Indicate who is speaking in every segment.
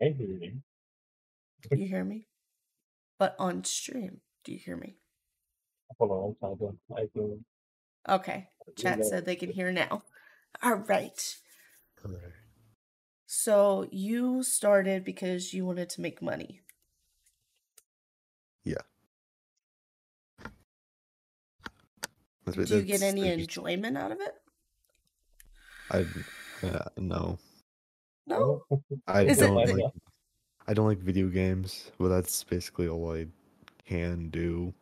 Speaker 1: I hear you.
Speaker 2: Do you hear me? But on stream, do you hear me?
Speaker 1: Hold on, I'm trying to. I can
Speaker 2: Okay. Chat
Speaker 1: reload.
Speaker 2: said they can hear now. All right.
Speaker 3: Hello.
Speaker 2: So you started because you wanted to make money.
Speaker 3: That's
Speaker 2: Do
Speaker 3: what-
Speaker 2: you get
Speaker 3: that's
Speaker 2: any
Speaker 3: the-
Speaker 2: enjoyment out of it?
Speaker 3: I uh, no.
Speaker 2: No.
Speaker 3: I
Speaker 2: Is it
Speaker 3: don't
Speaker 2: the-
Speaker 3: like. I don't like video games. Well, that's basically all I can do.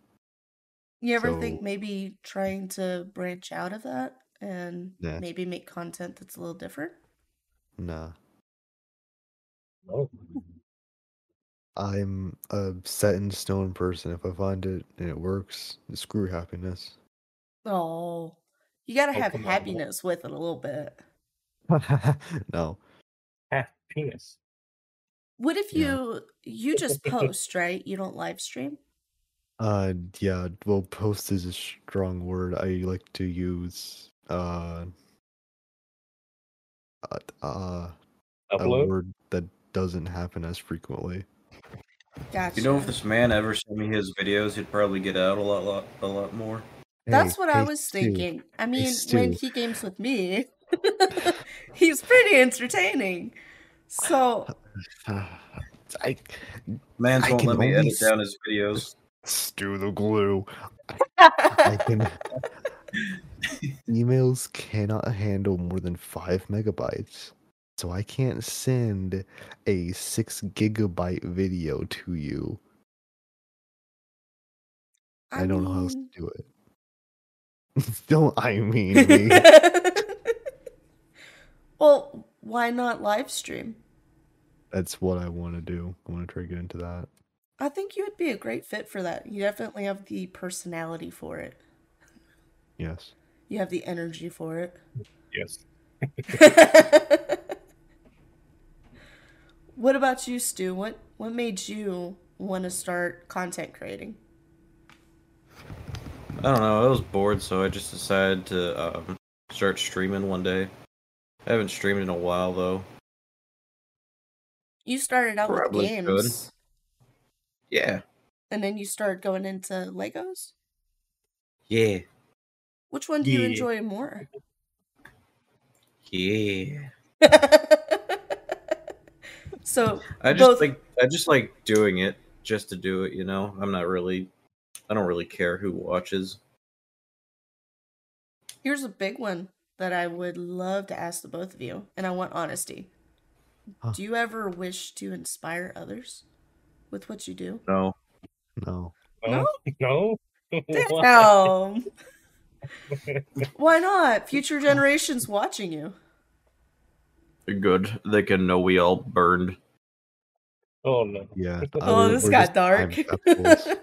Speaker 2: You ever
Speaker 3: So-
Speaker 2: think maybe trying to branch out of that and
Speaker 3: Nah.
Speaker 2: maybe make content that's a little different?
Speaker 3: Nah.
Speaker 1: No.
Speaker 3: I'm a set in stone person. If I find it and it works, screw happiness.
Speaker 2: Oh, you gotta
Speaker 1: Oh,
Speaker 2: have
Speaker 1: come on, man.
Speaker 2: happiness with it a little bit.
Speaker 3: no.
Speaker 1: Half penis.
Speaker 2: What if
Speaker 3: Yeah.
Speaker 2: you you just post right? You don't live stream.
Speaker 3: Uh, yeah. Well, post is a strong word. I like to use uh, uh, uh a
Speaker 1: Upload.
Speaker 3: word that doesn't happen as frequently.
Speaker 2: Gotcha.
Speaker 4: You know, if this man ever sent me his videos, he'd probably get out a lot, lot a lot more.
Speaker 2: That's
Speaker 3: Hey,
Speaker 2: what I
Speaker 3: hey,
Speaker 2: was
Speaker 3: Stu.
Speaker 2: thinking. I mean, when
Speaker 3: Stu.
Speaker 2: he games with me, he's pretty entertaining. So
Speaker 3: I
Speaker 4: Man's
Speaker 3: I
Speaker 4: won't
Speaker 3: can
Speaker 4: let me
Speaker 3: only
Speaker 4: edit
Speaker 3: s-
Speaker 4: down his videos.
Speaker 3: stew the glue. I can. emails cannot handle more than five megabytes, so I can't send a six gigabyte video to you. I, don't know how else to
Speaker 2: mean-
Speaker 3: do it. don't I mean me?
Speaker 2: well, why not live stream?
Speaker 3: That's what I want to do. I want to try to get into that.
Speaker 2: I think you would be a great fit for that. You definitely have the personality for it.
Speaker 3: Yes.
Speaker 2: You have the energy for it.
Speaker 1: Yes.
Speaker 2: what about you, Stu? What what made you want to start content creating?
Speaker 4: I don't know. I was bored, so I just decided to um, start streaming one day. I haven't streamed in a while though.
Speaker 2: You started out
Speaker 4: Probably
Speaker 2: with games,
Speaker 4: should. Yeah.
Speaker 2: and then you started going into Legos.
Speaker 4: Yeah.
Speaker 2: Which one do you
Speaker 1: Yeah.
Speaker 2: enjoy more?
Speaker 4: Yeah.
Speaker 2: so
Speaker 4: I just
Speaker 2: Both-
Speaker 4: like I just like doing it just to do it, you know. I'm not really I don't really care who watches.
Speaker 2: here's a big one that I would love to ask the both of you, and I want honesty.
Speaker 3: Huh.
Speaker 2: Do you ever wish to inspire others with what you do?
Speaker 4: No.
Speaker 3: No.
Speaker 1: No. No. Why?
Speaker 2: Damn. Why not? Future generations watching you.
Speaker 4: Good. They can know we all burned.
Speaker 1: Oh no.
Speaker 3: Yeah. I
Speaker 2: oh,
Speaker 3: would-
Speaker 2: this
Speaker 3: we're
Speaker 2: got
Speaker 3: just time
Speaker 2: dark.
Speaker 3: capsules.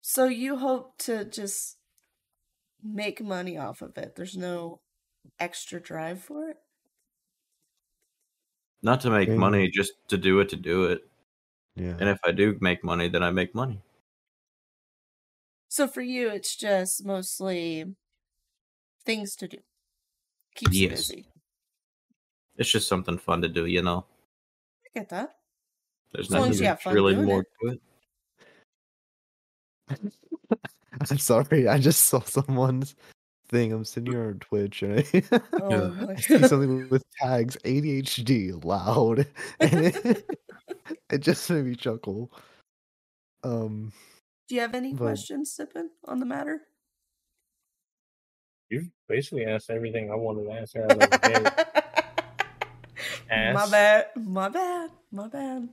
Speaker 2: so you hope to just make money off of it. There's no extra drive for it.
Speaker 4: Not to make
Speaker 3: Mm.
Speaker 4: money, just to do it to do it.
Speaker 3: yeah.
Speaker 4: And if I do make money, then I make money.
Speaker 2: So for you, it's just mostly things to do. Keeps you
Speaker 4: Yes.
Speaker 2: busy.
Speaker 4: It's just something fun to do, you know.
Speaker 2: I get that.
Speaker 4: There's
Speaker 2: As long
Speaker 4: nothing
Speaker 2: as you have fun
Speaker 4: really
Speaker 2: doing
Speaker 4: more
Speaker 2: it.
Speaker 4: to it.
Speaker 3: I'm sorry. I just saw someone's thing. I'm sitting here on Twitch and I,
Speaker 2: Oh my
Speaker 3: I see
Speaker 2: god.
Speaker 3: something with tags ADHD loud, and it, it just made me chuckle. Um,
Speaker 2: Do you have any
Speaker 3: But-
Speaker 2: questions, Sippin, on the matter?
Speaker 1: You've basically asked everything I wanted to ask. out of the day.
Speaker 2: My
Speaker 1: Ass.
Speaker 2: bad. My bad. My bad.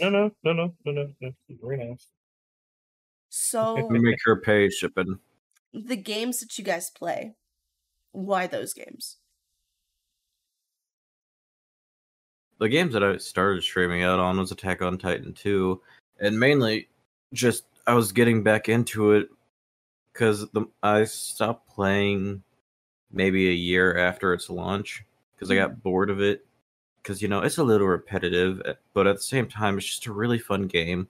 Speaker 1: No, no, no, no, no, no, no. Great ass.
Speaker 2: So
Speaker 4: Let me make her pay shipping.
Speaker 2: the games that you guys play, why those games?
Speaker 4: The games that I started streaming out on was Attack on Titan 2, and mainly just I was getting back into it because I stopped playing maybe a year after its launch because I got bored of it. Because, you know, it's a little repetitive, eh, but at the same time, it's just a really fun game.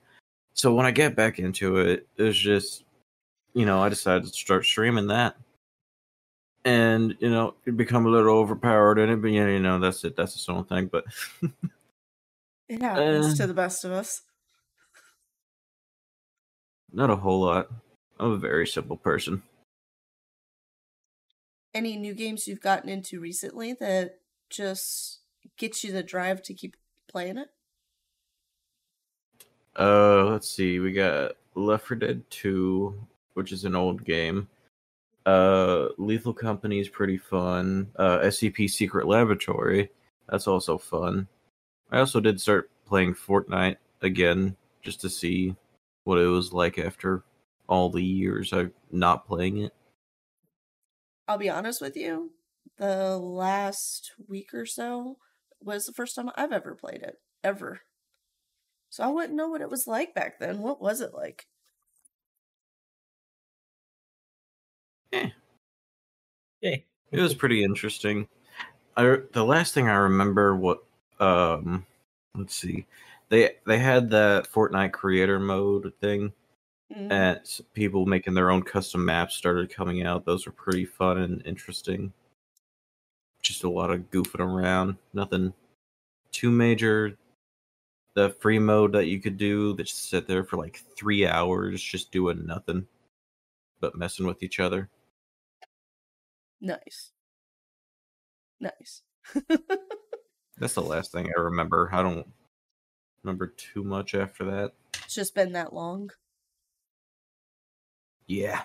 Speaker 4: So when I get back into it, it was just, you know, I decided to start streaming that. and you know it become a little overpowered and it but yeah you know that's it that's its own thing but
Speaker 2: It happens
Speaker 4: Uh.
Speaker 2: to the best of us.
Speaker 4: not a whole lot i'm a very simple person
Speaker 2: Any new games you've gotten into recently that just get you the drive to keep playing it?
Speaker 4: uh let's see we got left 4 dead 2 which is an old game uh lethal company is pretty fun uh scp secret laboratory that's also fun i also did start playing fortnite again just to see what it was like after all the years i've not playing it
Speaker 2: I'll be honest with you. The last week or so was the first time I've ever played it, ever. So I wouldn't know what it was like back then. What was it like?
Speaker 1: Hey.
Speaker 4: it was pretty interesting. I the last thing I remember what um let's see. They they had that Fortnite creator mode thing
Speaker 2: Mm.
Speaker 4: and s- people making their own custom maps started coming out. Those were pretty fun and interesting. Just a lot of goofing around. Nothing too major. The free mode that you could do that just sit there for like three hours just doing nothing but messing with each other.
Speaker 2: Nice. Nice.
Speaker 4: That's the last thing I remember. I don't remember too much after that.
Speaker 2: it's just been that long.
Speaker 4: Yeah.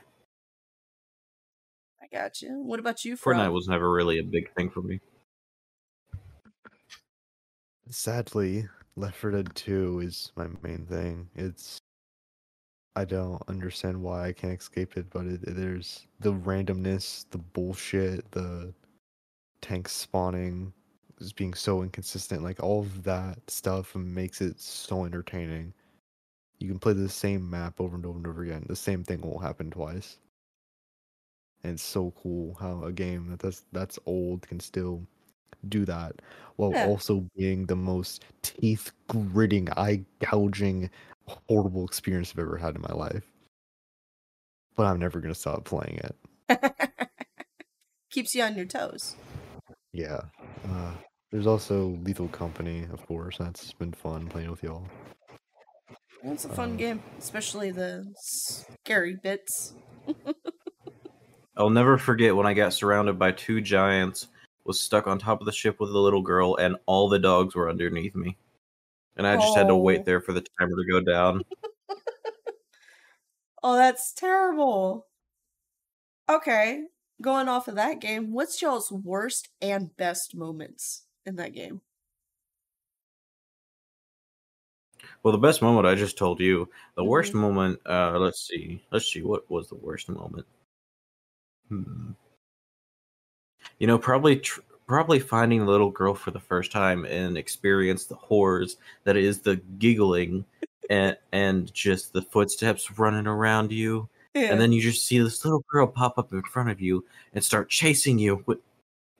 Speaker 2: I got you. What about you, Fro?
Speaker 4: Fortnite was never really a big thing for me.
Speaker 3: Sadly, Left 4 Dead 2 is my main thing. It's I don't understand why I can't escape it, but it, there's the randomness, the bullshit, the tanks spawning, just being so inconsistent. Like all of that stuff makes it so entertaining. You can play the same map over and over and over again. The same thing won't happen twice. And it's so cool how a game that that's that's old can still do that while
Speaker 2: Yeah.
Speaker 3: also being the most teeth gritting, eye gouging, horrible experience I've ever had in my life. But I'm never gonna stop playing it.
Speaker 2: Keeps you on your toes.
Speaker 3: Yeah. Uh, there's also Lethal Company, of course. That's been fun playing with y'all.
Speaker 2: It's a fun
Speaker 3: Um,
Speaker 2: game, especially the scary bits.
Speaker 4: I'll never forget when I got surrounded by two giants, was stuck on top of the ship with a little girl, and all the dogs were underneath me. And I just had to
Speaker 2: Oh.
Speaker 4: wait there for the timer to go down.
Speaker 2: Oh, that's terrible. Okay, going off of that game, what's y'all's worst and best moments in that game?
Speaker 4: Well, the best moment I just told you.
Speaker 2: Mm-hmm.
Speaker 4: The worst moment, uh, let's see. Let's see, what was the worst moment? Hmm. You know, probably tr- probably finding the little girl for the first time and experience the horrors that is the giggling and and just the footsteps running around you.
Speaker 2: Yeah.
Speaker 4: And then you just see this little girl pop up in front of you and start chasing you with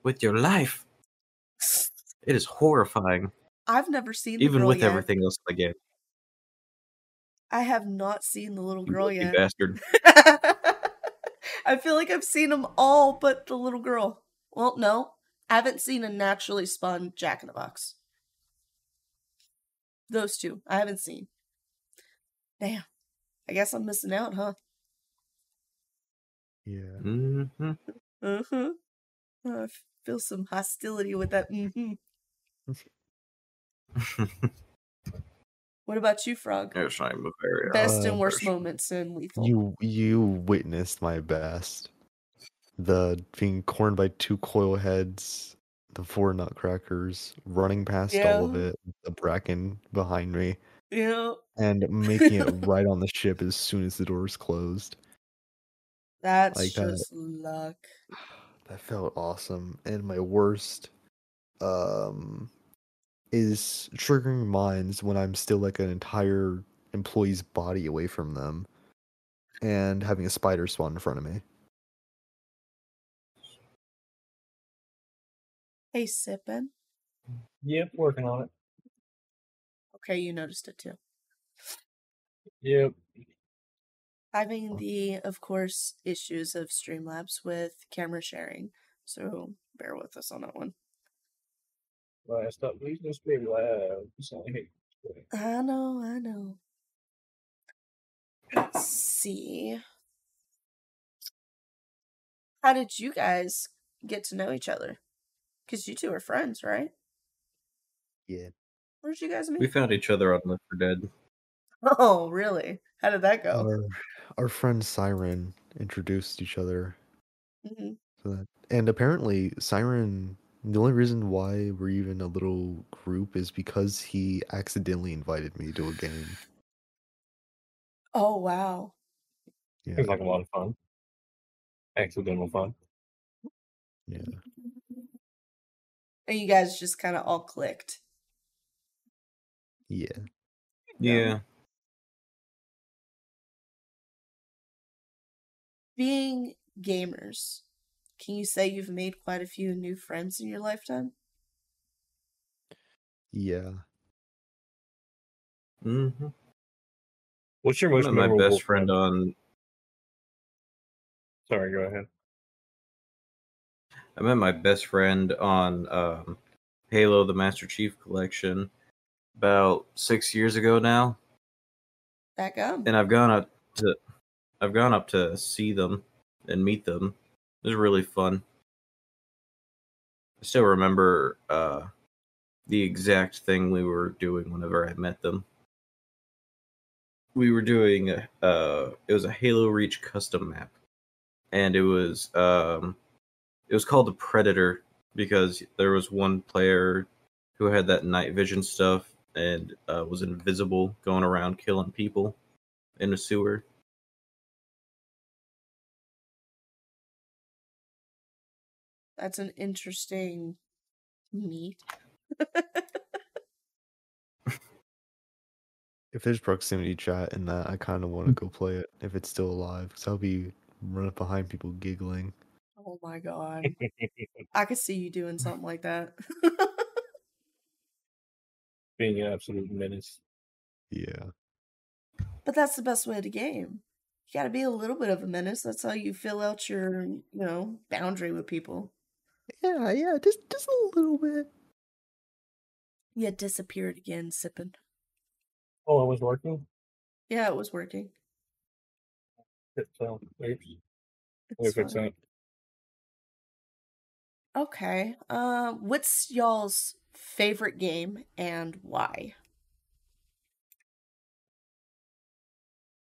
Speaker 4: with your life. It is horrifying,
Speaker 2: I've never seen the
Speaker 4: even
Speaker 2: girl
Speaker 4: with
Speaker 2: yet.
Speaker 4: everything else in the game.
Speaker 2: I have not seen the little
Speaker 4: You
Speaker 2: girl
Speaker 4: lucky
Speaker 2: yet.
Speaker 4: bastard.
Speaker 2: I feel like I've seen them all but the little girl. Well, no, I haven't seen a naturally spawned Jack in the Box. Those two, I haven't seen. Damn, I guess I'm missing out, huh?
Speaker 3: Yeah.
Speaker 4: hmm
Speaker 2: Uh huh. Mm-hmm. I feel some hostility with that. Mm-hmm. What about you, Frog?
Speaker 4: It's not even fair, yeah.
Speaker 2: Best
Speaker 3: Uh,
Speaker 2: and worst
Speaker 4: sure.
Speaker 2: moments in Lethal.
Speaker 3: You you witnessed my best. The being cornered by two coil heads, the four nutcrackers running past all of
Speaker 2: Yeah.
Speaker 3: it, the bracken behind me,
Speaker 2: Yeah,
Speaker 3: and making it right on the ship as soon as the doors closed.
Speaker 2: that's
Speaker 3: Like that.
Speaker 2: just luck.
Speaker 3: That felt awesome. And my worst um is triggering minds when I'm still like an entire employee's body away from them and having a spider spawn in front of me.
Speaker 2: Hey, Sippin.
Speaker 1: Yep, working on it.
Speaker 2: Okay, you noticed it too.
Speaker 1: Yep.
Speaker 2: having the, of course, issues of Streamlabs with camera sharing. So bear with us on that one.
Speaker 1: Last up, please just be loud. It's not like-
Speaker 2: I know, I know. Let's see. How did you guys get to know each other? Because you two are friends, right?
Speaker 3: Yeah.
Speaker 2: Where'd you guys meet?
Speaker 4: Uh, We found each other on Left 4 Dead.
Speaker 2: Oh, really? How did that go?
Speaker 3: Our, our friend Siren introduced each other
Speaker 2: hmm
Speaker 3: to that. And apparently, Siren, the only reason why we're even a little group is because he accidentally invited me to a game.
Speaker 2: Oh, wow.
Speaker 1: It
Speaker 3: Yeah.
Speaker 1: was like a lot of fun. Accidental fun.
Speaker 3: Yeah.
Speaker 2: And you guys just kind of all clicked.
Speaker 3: Yeah.
Speaker 4: Yeah.
Speaker 2: Being gamers, can you say you've made quite a few new friends in your lifetime?
Speaker 3: Yeah.
Speaker 4: Mm-hmm.
Speaker 1: What's your most
Speaker 4: Most my
Speaker 1: memorable
Speaker 4: best friend on
Speaker 1: Sorry, go ahead.
Speaker 4: I met my best friend on um, Halo: The Master Chief Collection about six years ago now,
Speaker 2: Back up.
Speaker 4: and I've gone up to I've gone up to see them and meet them. It was really fun. I still remember uh, the exact thing we were doing whenever I met them. We were doing a, uh, it was a Halo Reach custom map, and it was um, it was called the Predator because there was one player who had that night vision stuff and uh, was invisible, going around killing people in a sewer.
Speaker 2: That's an interesting meet.
Speaker 3: If there's proximity chat in that, I kind of want to go play it if it's still alive because I'll be running behind people giggling.
Speaker 2: Oh my god. I could see you doing something like that.
Speaker 1: Being an absolute menace.
Speaker 3: Yeah.
Speaker 2: but that's the best way to game. You gotta be a little bit of a menace. That's how you fill out your, you know, boundary with people.
Speaker 3: Yeah. Yeah. Just just a little bit.
Speaker 2: Yeah, disappeared again, sipping.
Speaker 1: Oh, I was working?
Speaker 2: Yeah, it was working.
Speaker 1: It's, um, oops.
Speaker 2: It's
Speaker 1: If it's
Speaker 2: fine.
Speaker 1: not,
Speaker 2: Okay. Uh, what's y'all's favorite game and why?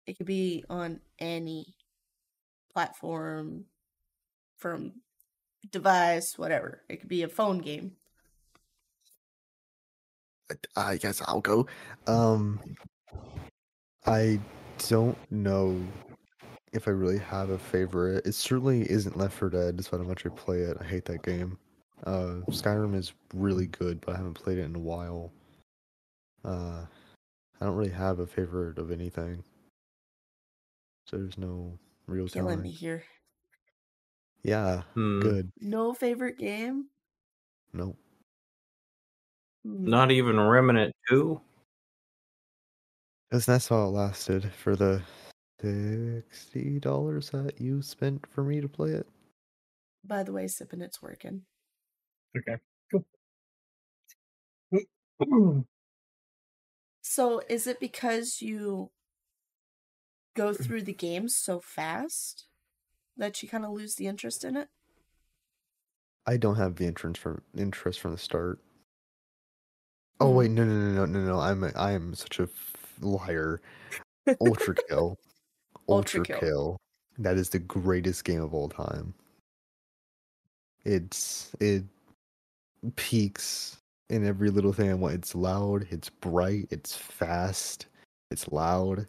Speaker 2: It could be on any platform from device, whatever. It could be a phone game.
Speaker 3: I guess I'll go.
Speaker 2: Mm.
Speaker 3: Um, I don't know if I really have a favorite. It certainly isn't Left 4 Dead, despite how much I play it. I hate that game. Uh, Skyrim is really good, but I haven't played it in a while. Uh, I don't really have a favorite of anything, so there's no real
Speaker 2: Killing
Speaker 3: time.
Speaker 2: me here.
Speaker 3: Yeah,
Speaker 4: Hmm.
Speaker 3: good.
Speaker 2: No favorite game?
Speaker 3: Nope.
Speaker 2: Hmm.
Speaker 4: Not even Remnant 2?
Speaker 3: Because that's how it lasted for the sixty dollars that you spent for me to play it.
Speaker 2: By the way, sipping it's working.
Speaker 1: okay, cool.
Speaker 2: So is it because you go through the game so fast that you kind of lose the interest in it?
Speaker 3: I don't have the entrance from interest from the start. Oh wait, no, no, no, no, no, no. I'm a, I am such a f- liar. Ultra kill,
Speaker 2: Ultra
Speaker 3: ultra
Speaker 2: Kill.
Speaker 3: kill. That is the greatest game of all time. It's it peaks in every little thing. I want. It's loud. It's bright. It's fast. It's loud.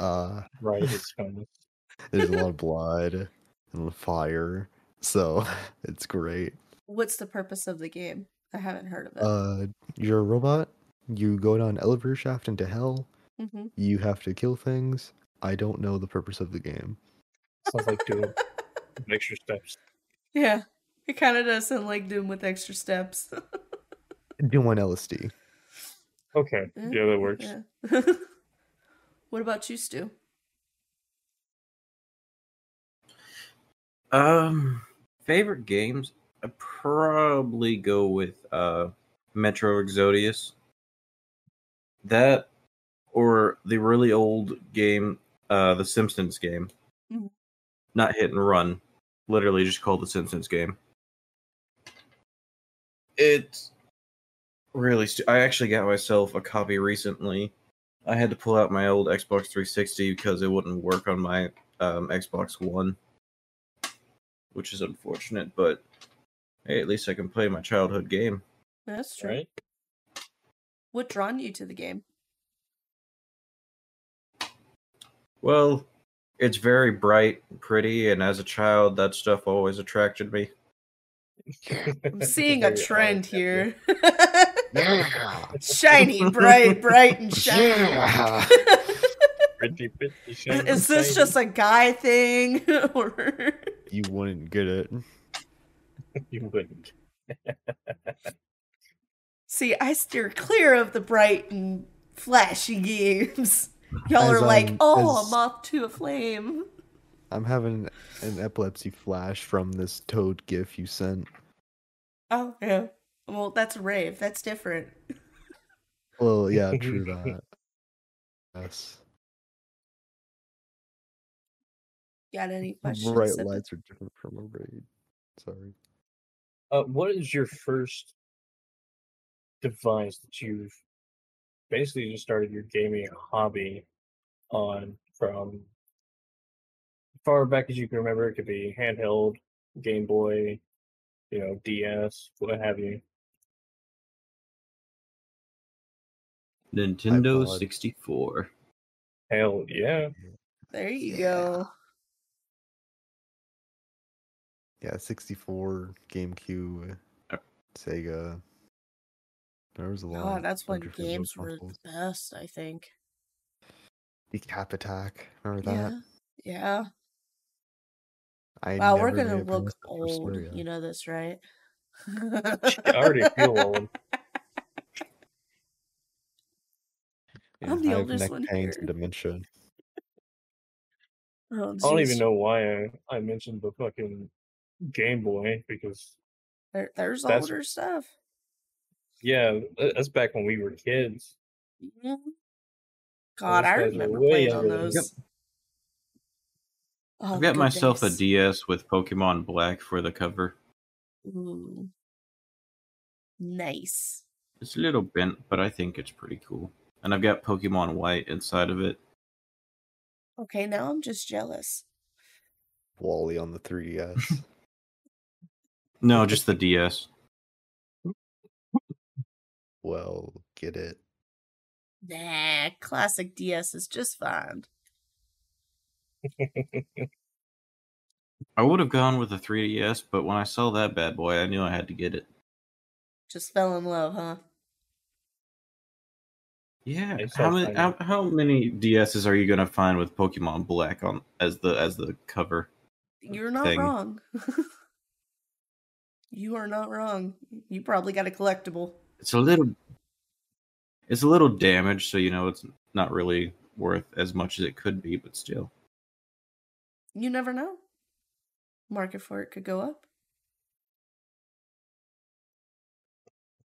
Speaker 3: Uh,
Speaker 1: right, it's fun.
Speaker 3: there's a lot of blood and fire. So it's great.
Speaker 2: What's the purpose of the game? I haven't heard of it.
Speaker 3: Uh, you're a robot. You go down elevator shaft into hell.
Speaker 2: Mhm.
Speaker 3: You have to kill things. I don't know the purpose of the game.
Speaker 1: Sounds like doing extra steps.
Speaker 2: Yeah, it kind of does sound like Doom with extra steps.
Speaker 3: Doing LSD.
Speaker 2: Mm,
Speaker 1: Okay, yeah, that works.
Speaker 2: Yeah. what about you, Stu?
Speaker 4: Um, favorite games? I probably go with uh Metro Exodus. That or the really old game, uh, the Simpsons game.
Speaker 2: Mhm.
Speaker 4: Not hit and run, literally just called the Simpsons game. It's really. Stu- I actually got myself a copy recently. I had to pull out my old Xbox 360 because it wouldn't work on my um, Xbox One, which is unfortunate. But hey, at least I can play my childhood game.
Speaker 2: That's true.
Speaker 1: right?
Speaker 2: What drawn you to the game?
Speaker 4: Well, it's very bright and pretty, and as a child, that stuff always attracted me.
Speaker 2: I'm seeing a
Speaker 1: Very
Speaker 2: trend
Speaker 1: unattractive.
Speaker 2: here.
Speaker 3: Yeah.
Speaker 2: shiny, bright, bright, and shiny.
Speaker 3: Yeah.
Speaker 1: Pretty, pretty shiny,
Speaker 2: Is this
Speaker 1: shiny.
Speaker 2: just a guy thing? or
Speaker 3: You wouldn't get it.
Speaker 1: you wouldn't?
Speaker 2: see, I steer clear of the bright and flashy games. Y'all
Speaker 3: As
Speaker 2: are like,
Speaker 3: I'm-
Speaker 2: oh,
Speaker 3: as-
Speaker 2: a moth to a flame.
Speaker 3: I'm having an epilepsy flash from this toad gif you sent.
Speaker 2: Oh yeah. Well, that's a rave. That's different.
Speaker 3: Well, yeah, true that. Yes.
Speaker 2: Got any questions?
Speaker 3: Bright
Speaker 2: at the-
Speaker 3: lights are different from a raid. Sorry.
Speaker 1: Uh, what is your first device that you've basically just started your gaming hobby on from far back as you can remember? It could be handheld, Game Boy, you know, DS, what have you.
Speaker 4: Nintendo
Speaker 3: iPod.
Speaker 4: 64.
Speaker 1: Hell yeah.
Speaker 2: There you
Speaker 3: Yeah.
Speaker 2: go.
Speaker 3: Yeah, 64, GameCube,
Speaker 4: Uh,
Speaker 3: Sega. There was a lot.
Speaker 2: God,
Speaker 3: of
Speaker 2: that's when
Speaker 3: wonderful
Speaker 2: games were
Speaker 3: consoles.
Speaker 2: the best. I think.
Speaker 3: Decap Attack. Remember that?
Speaker 2: Yeah. Yeah.
Speaker 3: I
Speaker 2: Wow, we're
Speaker 3: never made
Speaker 2: gonna
Speaker 3: it
Speaker 2: look
Speaker 3: past the first
Speaker 2: old.
Speaker 3: area.
Speaker 2: You know this, right?
Speaker 1: I already feel old.
Speaker 3: Yeah,
Speaker 2: I'm the
Speaker 3: I have
Speaker 2: oldest
Speaker 3: neck
Speaker 2: one
Speaker 3: pains and
Speaker 2: here.
Speaker 3: dementia.
Speaker 2: Oh,
Speaker 1: I don't even
Speaker 2: jeez.
Speaker 1: know why I, I mentioned the fucking Game Boy because
Speaker 2: There, there's
Speaker 1: That's-
Speaker 2: older stuff.
Speaker 1: yeah, tha- that's back when we were kids.
Speaker 2: Mhm. God, I
Speaker 1: guys are
Speaker 2: remember
Speaker 1: way
Speaker 2: playing on
Speaker 1: younger than
Speaker 2: those.
Speaker 1: us. Yep.
Speaker 2: Oh,
Speaker 4: I've got
Speaker 2: good
Speaker 4: myself a
Speaker 2: days.
Speaker 4: DS with Pokemon Black for the cover.
Speaker 2: Ooh. Nice.
Speaker 4: It's a little bent, but I think it's pretty cool. And I've got Pokemon White inside of it.
Speaker 2: Okay, now I'm just jealous.
Speaker 3: Wally on the E 3DS.
Speaker 4: No, just the DS.
Speaker 3: well, get it.
Speaker 2: Nah, classic DS is just fine.
Speaker 4: I would have gone with the 3DS, but when I saw that bad boy, I knew I had to get it.
Speaker 2: Just fell in love, huh?
Speaker 4: Yeah.
Speaker 1: It's so
Speaker 4: How many
Speaker 1: funny.
Speaker 4: how, how many DSs are you gonna find with Pokemon Black on as the as the cover?
Speaker 2: You're not
Speaker 4: Thing.
Speaker 2: wrong. you are not wrong. You probably got a collectible.
Speaker 4: It's a little it's a little damaged, so you know it's not really worth as much as it could be, but still.
Speaker 2: You never know. Market for it could go up.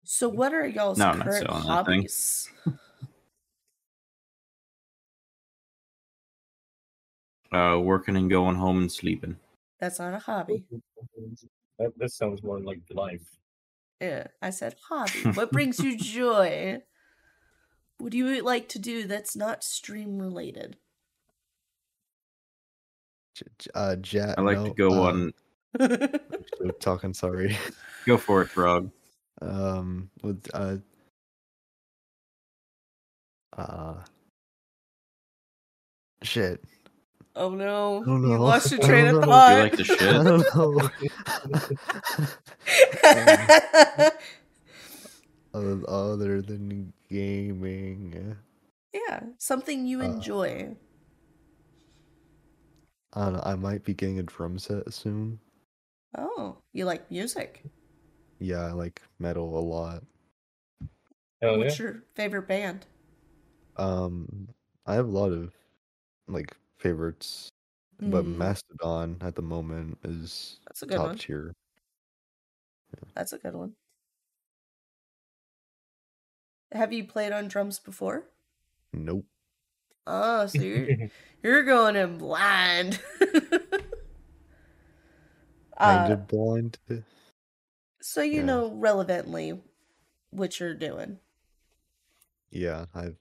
Speaker 2: So, what are y'all's
Speaker 4: No, I'm not
Speaker 2: current
Speaker 4: selling that thing.
Speaker 2: hobbies?
Speaker 4: Uh working and going home and sleeping.
Speaker 2: That's not a hobby.
Speaker 1: That, that sounds more like life.
Speaker 2: Yeah, Eh, I said hobby. What brings you joy? What do you like to do that's not stream related?
Speaker 3: J- j- Uh, Jet.
Speaker 4: I like to
Speaker 3: no,
Speaker 4: go
Speaker 3: uh,
Speaker 4: on
Speaker 3: I'm Talking. Sorry.
Speaker 4: go for it, frog.
Speaker 3: Um. With uh. Uh. Shit.
Speaker 2: oh no.
Speaker 3: don't
Speaker 2: You
Speaker 3: know.
Speaker 2: lost your
Speaker 3: I
Speaker 2: train
Speaker 3: don't
Speaker 2: of
Speaker 3: know.
Speaker 2: thought.
Speaker 4: You like to shit?
Speaker 3: I don't know. Oth- Uh, Other than gaming,
Speaker 2: yeah, something you
Speaker 3: Uh,
Speaker 2: enjoy.
Speaker 3: I don't know. I might be getting a drum set soon.
Speaker 2: Oh, you like music.
Speaker 3: Yeah, I like metal a lot. Oh,
Speaker 1: Hell yeah.
Speaker 2: What's your favorite band?
Speaker 3: Um, I have a lot of like favorites. But
Speaker 2: Mm.
Speaker 3: Mastodon at the moment is
Speaker 2: That's a good
Speaker 3: top
Speaker 2: one.
Speaker 3: tier.
Speaker 2: That's a good one. Have you played on drums before?
Speaker 3: Nope.
Speaker 2: Oh, so you're you're going in blind.
Speaker 3: Kind
Speaker 2: uh,
Speaker 3: of blind. eh,
Speaker 2: so you
Speaker 3: yeah.
Speaker 2: know relevantly what you're doing.
Speaker 3: Yeah, I've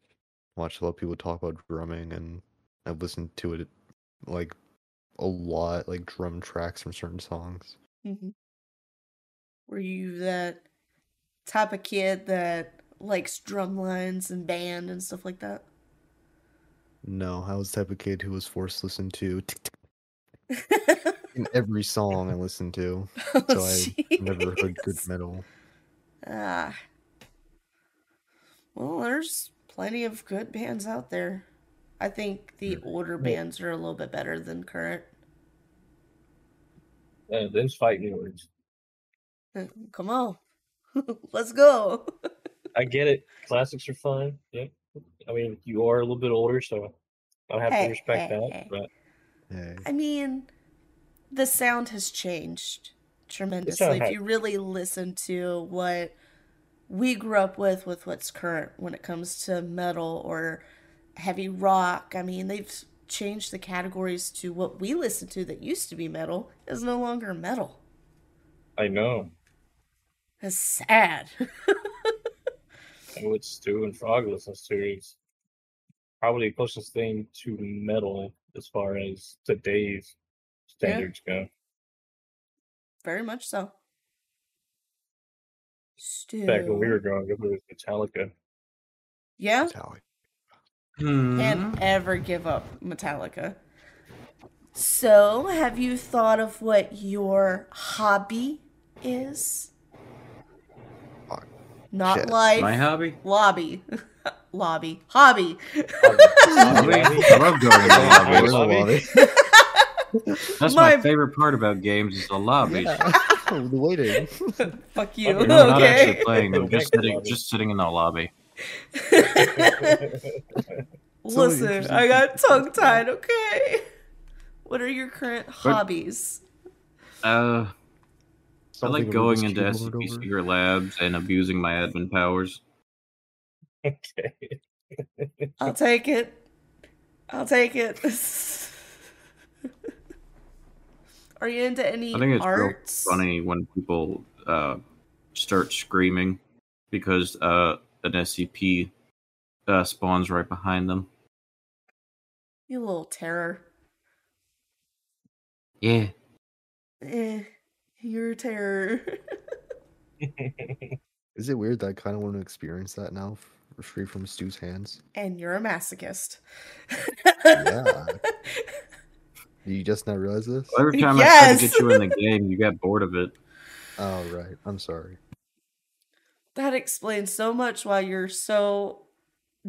Speaker 3: watched a lot of people talk about drumming and I've listened to it like a lot, like drum tracks from certain songs.
Speaker 2: Mm-hmm. Were you that type of kid that likes drum lines and band and stuff like that?
Speaker 3: No, I was the type of kid who was forced to listen to in every song I listened to. So I never heard good
Speaker 2: Oh, jeez.
Speaker 3: metal.
Speaker 2: Ah. Well, there's plenty of good bands out there. I think the
Speaker 3: Mm.
Speaker 2: older bands are a little bit better than current.
Speaker 1: Uh, those fight new ones.
Speaker 3: Mm.
Speaker 2: Come on. Let's go.
Speaker 1: I get it. Classics are fun. Yeah. I mean, you are a little bit older, so I have
Speaker 2: Hey,
Speaker 1: to respect
Speaker 2: hey,
Speaker 1: that.
Speaker 2: hey.
Speaker 1: But
Speaker 3: Hey.
Speaker 2: I mean, the sound has changed tremendously. If
Speaker 1: has.
Speaker 2: you really listen to what we grew up with, with what's current when it comes to metal or heavy rock, I mean, they've changed the categories to what we listen to that used to be metal is no longer metal.
Speaker 1: I know.
Speaker 2: That's sad.
Speaker 1: And what Stu and Frog listens to is probably the closest thing to metal as far as today's standards go.
Speaker 2: Very much so. Still.
Speaker 1: Back when we were growing up, it was Metallica.
Speaker 2: yeah,
Speaker 3: Metallica.
Speaker 4: Mm-hmm.
Speaker 2: can't ever give up Metallica. So, have you thought of what your hobby is?
Speaker 3: Fuck.
Speaker 2: Not
Speaker 3: Shit.
Speaker 2: life.
Speaker 4: My hobby?
Speaker 2: lobby. lobby. Hobby.
Speaker 4: Hobby? I love going to the
Speaker 1: Yeah.
Speaker 4: lobby.
Speaker 1: lobby.
Speaker 4: That's
Speaker 2: My-
Speaker 4: my favorite part about games is the lobbies.
Speaker 3: Oh, the waiting.
Speaker 2: Fuck you.
Speaker 1: You're
Speaker 4: No, I'm not
Speaker 2: okay.
Speaker 4: actually playing. I'm just
Speaker 1: Back to
Speaker 4: sitting,
Speaker 1: lobby.
Speaker 4: just sitting in the lobby.
Speaker 2: Listen, I got tongue tied, okay? What are your current hobbies?
Speaker 4: Uh, I like
Speaker 3: Something to move
Speaker 4: going
Speaker 3: this
Speaker 4: into
Speaker 3: keyboard
Speaker 4: SCP
Speaker 3: over.
Speaker 4: Secret Labs and abusing my admin powers.
Speaker 1: okay.
Speaker 2: I'll take it. I'll take it. Are you into any
Speaker 4: I think it's real
Speaker 2: arts?
Speaker 4: funny when people uh, start screaming because uh, an SCP uh, spawns right behind them.
Speaker 2: You little terror.
Speaker 4: Yeah.
Speaker 2: Eh, you're a terror.
Speaker 3: Is it weird that I kind of want to experience that now, f- for free from Stu's hands?
Speaker 2: and you're a masochist.
Speaker 3: Yeah. Did you just not realize this?
Speaker 4: Every time I tried
Speaker 2: Yes.
Speaker 4: to get you in the game, you got bored of it.
Speaker 3: Oh, right. I'm sorry.
Speaker 2: That explains so much why you're so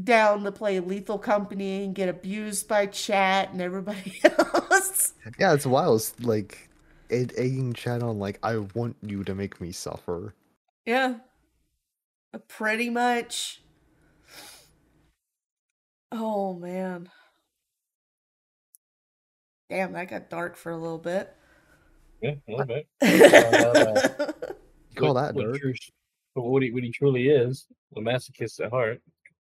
Speaker 2: down to play Lethal Company and get abused by chat and everybody else.
Speaker 3: Yeah, it's why I was like egg- egging chat on, like, I want you to make me suffer.
Speaker 2: Yeah. Uh, Pretty much. Oh, man. Damn, that got dark for a little bit.
Speaker 1: Yeah, a little bit. Uh,
Speaker 2: yeah,
Speaker 3: You call
Speaker 1: What-
Speaker 3: that
Speaker 1: what
Speaker 3: dark?
Speaker 1: true- But what he, what he truly is, a masochist at heart.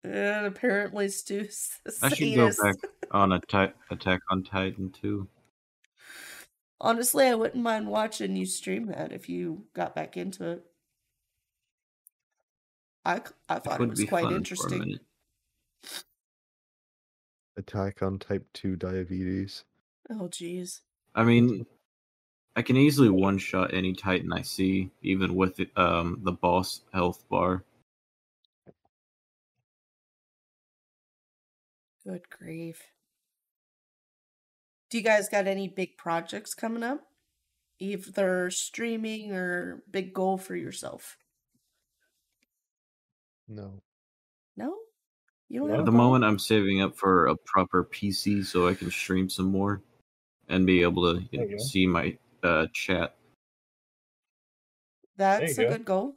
Speaker 2: and apparently, Stu's the
Speaker 4: I should go
Speaker 2: sadist.
Speaker 4: back on Attack, Attack on Titan too.
Speaker 2: Honestly, I wouldn't mind watching you stream that if you got back into it. I, c- I thought it was quite interesting.
Speaker 3: Attack on type 2 diabetes.
Speaker 2: Oh, jeez.
Speaker 4: I mean, I can easily one shot any Titan I see, even with the, um, the boss health bar.
Speaker 2: Good grief. Do you guys got any big projects coming up? Either streaming or big goal for yourself?
Speaker 3: No.
Speaker 2: No? You don't
Speaker 1: Not
Speaker 2: have
Speaker 4: At
Speaker 2: a
Speaker 4: the
Speaker 2: goal?
Speaker 4: moment, I'm saving up for a proper PC so I can stream some more and be able to you
Speaker 1: There
Speaker 4: know,
Speaker 1: you go.
Speaker 4: see my uh, chat.
Speaker 2: That's a
Speaker 1: There you go.
Speaker 2: good goal.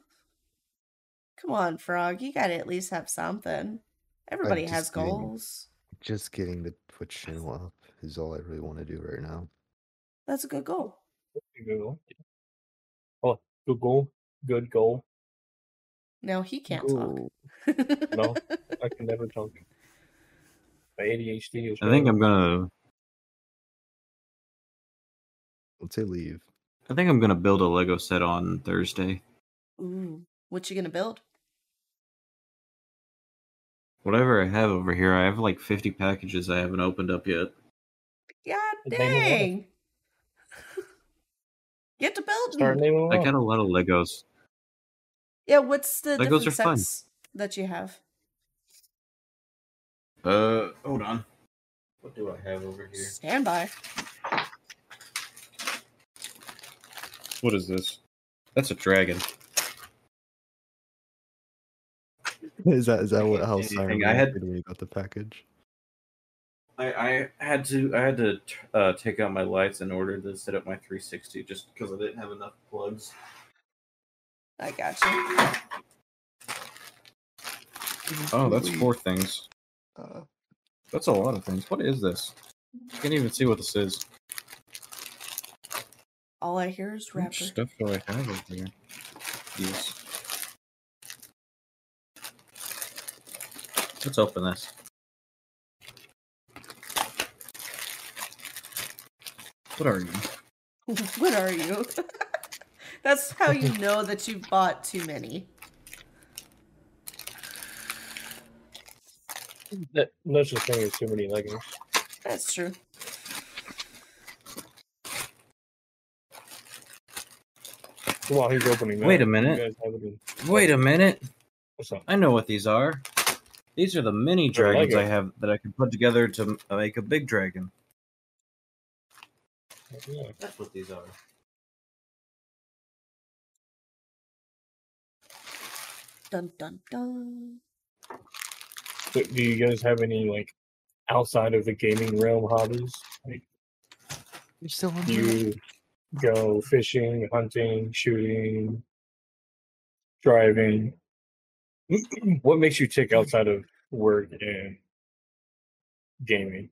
Speaker 2: Come on, Frog. You got to at least have something. Everybody has
Speaker 3: just kidding.
Speaker 2: goals.
Speaker 3: Just getting the Twitch channel up. is all I really want to do right now.
Speaker 2: That's a good goal.
Speaker 1: Google. Oh, Google. Good goal.
Speaker 2: Now he can't
Speaker 3: Ooh.
Speaker 2: talk.
Speaker 1: No. I can never talk. My ADHD is.
Speaker 4: I think
Speaker 1: real.
Speaker 4: I'm gonna
Speaker 3: Let's say leave.
Speaker 4: I think I'm gonna build a Lego set on Thursday.
Speaker 2: Ooh. What you gonna build?
Speaker 4: Whatever I have over here, I have like 50 packages I haven't opened up yet.
Speaker 2: God
Speaker 1: Name them all.
Speaker 2: dang. Get to building.
Speaker 1: Start naming them
Speaker 4: I
Speaker 1: off.
Speaker 4: got a lot of Legos.
Speaker 2: Yeah, what's the
Speaker 4: Legos
Speaker 2: different
Speaker 4: are fun.
Speaker 2: sets that you have?
Speaker 4: Uh, hold on. What do I have over here?
Speaker 2: Stand by.
Speaker 4: What is this? That's a dragon.
Speaker 3: Is that is that what
Speaker 4: can't
Speaker 3: how
Speaker 4: do
Speaker 3: Siren
Speaker 4: anything. I had-
Speaker 3: reacted when he got the package?
Speaker 4: I, I had to I had to t- uh, take out my lights in order to set up my 360 just because I didn't have enough plugs.
Speaker 2: I got you.
Speaker 4: Oh, that's four things.
Speaker 3: Uh,
Speaker 4: That's a lot of things. What is this? I can't even see what this is.
Speaker 2: All I hear is
Speaker 4: How
Speaker 2: rapper.
Speaker 4: much stuff do I have over here? Yes. Let's open this. What are you?
Speaker 2: what are you? That's how you know that you bought too many.
Speaker 1: That, no such thing as too many leggings.
Speaker 2: That's true.
Speaker 1: While he's opening that,
Speaker 4: Wait a
Speaker 1: you
Speaker 4: minute.
Speaker 1: guys have it in-
Speaker 4: Wait a minute.
Speaker 1: What's up?
Speaker 4: I know what these are. These are the mini
Speaker 1: They're
Speaker 4: dragons I
Speaker 1: Lego.
Speaker 4: have that I can put together to m- make a big dragon.
Speaker 1: Yeah.
Speaker 4: That's what these are.
Speaker 2: Dun dun dun.
Speaker 1: So, do you guys have any like outside of the gaming realm hobbies? Like,
Speaker 3: You're still on
Speaker 1: do you go fishing, hunting, shooting, driving? what makes you tick outside of work and gaming?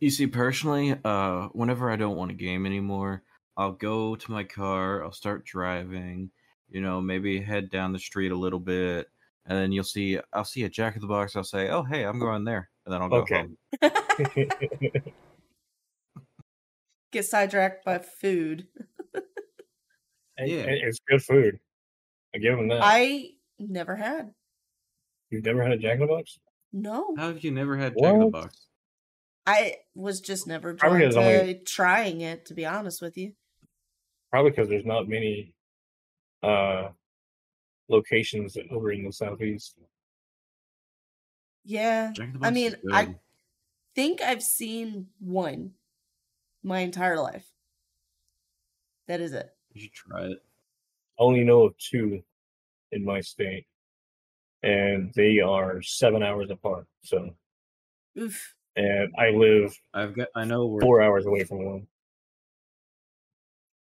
Speaker 4: You see, personally, uh, whenever I don't want to game anymore, I'll go to my car, I'll start driving, you know, maybe head down the street a little bit, and then you'll see, I'll see a Jack of the Box, I'll say, oh, hey, I'm going there, and then I'll go
Speaker 1: Okay.
Speaker 4: home.
Speaker 2: Get sidetracked by food.
Speaker 1: And-
Speaker 4: Yeah.
Speaker 1: and it's good food. I give them that.
Speaker 2: I never had.
Speaker 1: You've never had a jack in the box?
Speaker 2: No.
Speaker 4: How have you never had Jack of the
Speaker 1: What?
Speaker 4: Box?
Speaker 2: I was just never
Speaker 1: Probably
Speaker 2: drawn
Speaker 1: is
Speaker 2: to
Speaker 1: only-
Speaker 2: trying it, to be honest with you.
Speaker 1: Probably because there's not many uh locations that- over in the southeast.
Speaker 2: Yeah.
Speaker 4: Jack of the
Speaker 2: I
Speaker 4: Box is
Speaker 2: mean, I-
Speaker 4: good.
Speaker 2: Think I've seen one my entire life. That is it.
Speaker 4: You should try it.
Speaker 1: I only know of two in my state, and they are seven hours apart. So,
Speaker 2: Oof.
Speaker 1: and I live
Speaker 4: I've got, I know where,
Speaker 1: four hours away from one.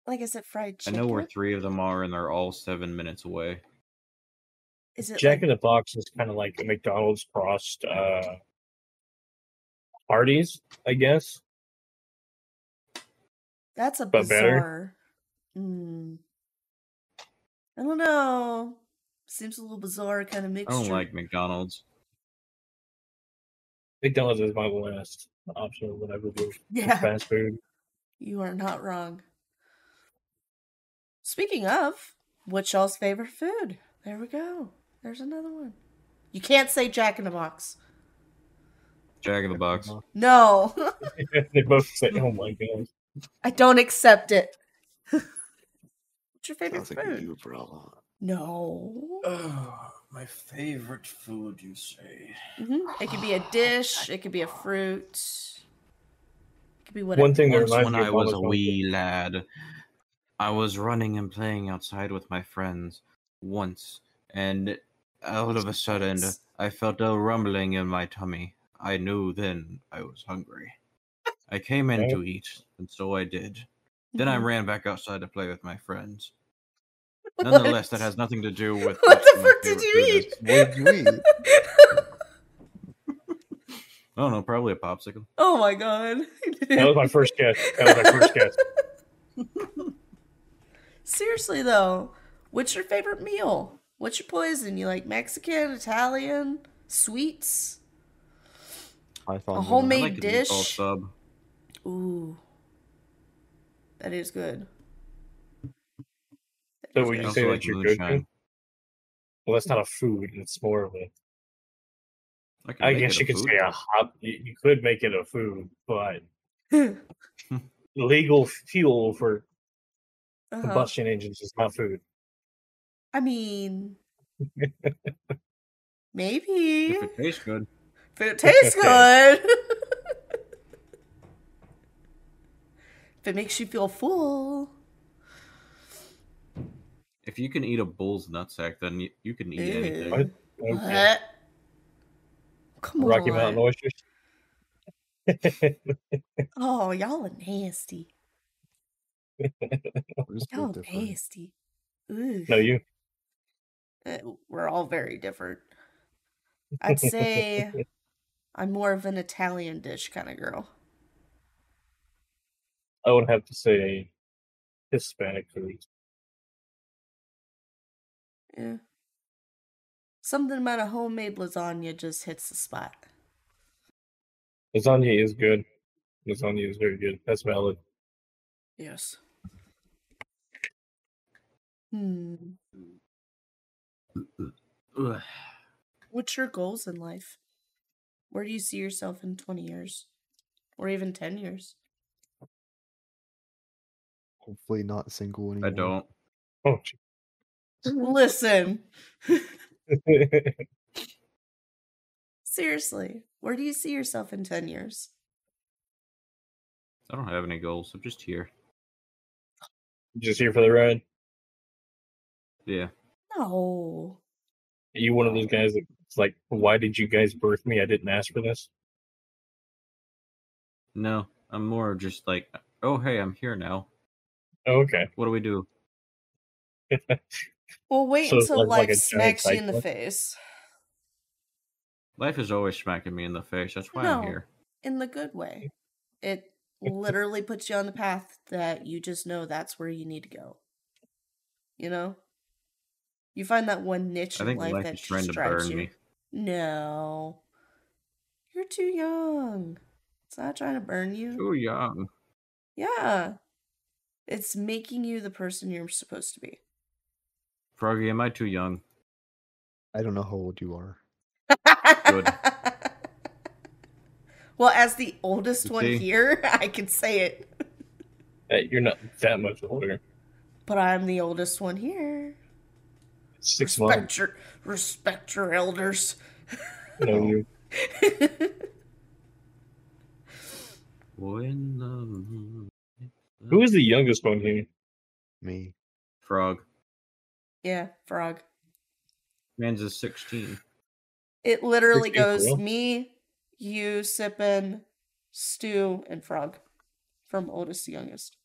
Speaker 2: Like I said, fried
Speaker 4: I
Speaker 2: chicken.
Speaker 4: know where three of them are, and they're all seven minutes away.
Speaker 2: Is it
Speaker 1: Jack
Speaker 2: like-
Speaker 1: in the Box is kind of like a McDonald's crossed uh parties, I guess.
Speaker 2: That's a
Speaker 1: But better?
Speaker 2: bizarre. Mm, I don't know. Seems a little bizarre kind of
Speaker 4: I
Speaker 2: mixture.
Speaker 4: don't like McDonald's.
Speaker 1: McDonald's is my last option when I would do
Speaker 2: Yeah,
Speaker 1: fast food.
Speaker 2: you are not wrong. Speaking of, what's y'all's favorite food? There we go. There's another one. You can't say Jack in the Box.
Speaker 4: Jack of the Box.
Speaker 2: No,
Speaker 1: they both say, "Oh my god!"
Speaker 2: I don't accept it. what's your favorite
Speaker 3: Sounds like
Speaker 2: food?
Speaker 3: you, bro.
Speaker 2: No.
Speaker 4: Oh, my favorite food, you say?
Speaker 2: Mhm. It could be a dish. It could be a fruit. It could be whatever.
Speaker 1: One thing that
Speaker 4: Once
Speaker 1: reminds
Speaker 4: when
Speaker 1: me
Speaker 4: I
Speaker 1: of
Speaker 4: was a
Speaker 1: Donald Trump-
Speaker 4: wee lad, I was running and playing outside with my friends once, and all of a sudden I felt a rumbling in my tummy. I knew then I was hungry. I came in
Speaker 1: Right.
Speaker 4: to eat, and so I did. Then I
Speaker 2: Mhm.
Speaker 4: ran back outside to play with my friends. Nonetheless, that
Speaker 2: What?
Speaker 4: has nothing to do with
Speaker 2: What the
Speaker 4: my
Speaker 2: fuck did
Speaker 4: favorite
Speaker 2: you
Speaker 4: food
Speaker 2: eat?
Speaker 4: is.
Speaker 3: What did you eat?
Speaker 4: Oh no, probably a popsicle.
Speaker 2: Oh my god.
Speaker 1: That was my first guess. That was my first guess.
Speaker 2: Seriously though, what's your favorite meal? What's your poison? You like Mexican, Italian, sweets?
Speaker 3: Python.
Speaker 2: A
Speaker 3: noodle.
Speaker 2: homemade-
Speaker 4: I
Speaker 2: Made
Speaker 4: like a meatball
Speaker 2: dish.
Speaker 4: sub.
Speaker 2: Ooh. That is good.
Speaker 1: So
Speaker 2: That is
Speaker 1: would
Speaker 4: I
Speaker 1: you
Speaker 2: good.
Speaker 1: say
Speaker 4: also
Speaker 1: that
Speaker 4: like
Speaker 1: you're good,
Speaker 4: moonshine.
Speaker 1: Well, that's not a food. It's more of a.
Speaker 4: can
Speaker 1: I
Speaker 4: make
Speaker 1: guess
Speaker 4: it
Speaker 1: you could
Speaker 4: food
Speaker 1: say a
Speaker 4: dish.
Speaker 1: hobby. You you could make it a food, but legal fuel for
Speaker 2: Uh-huh.
Speaker 1: combustion engines is not food.
Speaker 2: I mean, maybe
Speaker 4: If it tastes good,
Speaker 2: if it tastes good, if it makes you feel full.
Speaker 4: if you can eat a bull's nutsack, then you, you can eat anything.
Speaker 1: What?
Speaker 2: Ew.
Speaker 1: Okay.
Speaker 2: What? Come
Speaker 1: Rocky
Speaker 2: on.
Speaker 1: Mountain oysters.
Speaker 2: Oh, y'all are nasty.
Speaker 3: We're just
Speaker 2: Y'all
Speaker 3: built
Speaker 2: are
Speaker 3: different.
Speaker 2: nasty. Ooh.
Speaker 1: no, you.
Speaker 2: Uh, We're all very different. I'd say I'm more of an Italian dish kind of girl.
Speaker 1: I would have to say Hispanic food.
Speaker 2: Yeah. Something about a homemade lasagna just hits the spot.
Speaker 1: Lasagna is good. Lasagna is very good. That's valid.
Speaker 2: Yes. Hmm.
Speaker 4: Ugh.
Speaker 2: What's your goals in life? Where do you see yourself in 20 years? Or even 10 years?
Speaker 3: Hopefully not single anymore.
Speaker 4: I don't.
Speaker 1: Oh, gee.
Speaker 2: Listen, seriously, where do you see yourself in 10 years?
Speaker 4: I don't have any goals. I'm just here.
Speaker 1: just here for the ride.
Speaker 4: Yeah.
Speaker 2: No.
Speaker 1: Are you one of those guys that's like, why did you guys birth me? I didn't ask for this.
Speaker 4: No, I'm more just like, oh hey, I'm here now.
Speaker 1: Oh, okay.
Speaker 4: What do we do?
Speaker 2: Well, wait
Speaker 1: So it's like-
Speaker 2: until
Speaker 1: like
Speaker 2: life
Speaker 1: a giant
Speaker 2: smacks you in the
Speaker 1: cyclone?
Speaker 2: face.
Speaker 4: Life is always smacking me in the face. That's why
Speaker 2: No.
Speaker 4: I'm here.
Speaker 2: in the good way. It literally puts you on the path that you just know that's where you need to go. You know? You find that one niche
Speaker 4: I
Speaker 2: in
Speaker 4: think
Speaker 2: life,
Speaker 4: life,
Speaker 2: that
Speaker 4: is trying to
Speaker 2: drives
Speaker 4: burn
Speaker 2: you.
Speaker 4: me.
Speaker 2: No. You're too young. It's not trying to burn you.
Speaker 4: Too young.
Speaker 2: Yeah. It's making you the person you're supposed to be.
Speaker 4: Froggy, am I too young?
Speaker 3: I don't know how old you are.
Speaker 4: Good.
Speaker 2: well, as the oldest
Speaker 4: You
Speaker 2: one
Speaker 4: see?
Speaker 2: here, I can say it.
Speaker 1: Hey, You're not that much older.
Speaker 2: But I'm the oldest one here.
Speaker 1: Six
Speaker 2: respect
Speaker 1: months.
Speaker 2: your respect your elders.
Speaker 1: No, you.
Speaker 4: When the moon hits
Speaker 1: Who
Speaker 4: the
Speaker 1: is the youngest one here?
Speaker 3: Me.
Speaker 4: frog?
Speaker 2: yeah, frog.
Speaker 4: Man's is sixteen.
Speaker 2: It literally
Speaker 1: Sixteen for
Speaker 2: goes
Speaker 1: real?
Speaker 2: me, you, Sippin, Stew, and Frog. From oldest to youngest.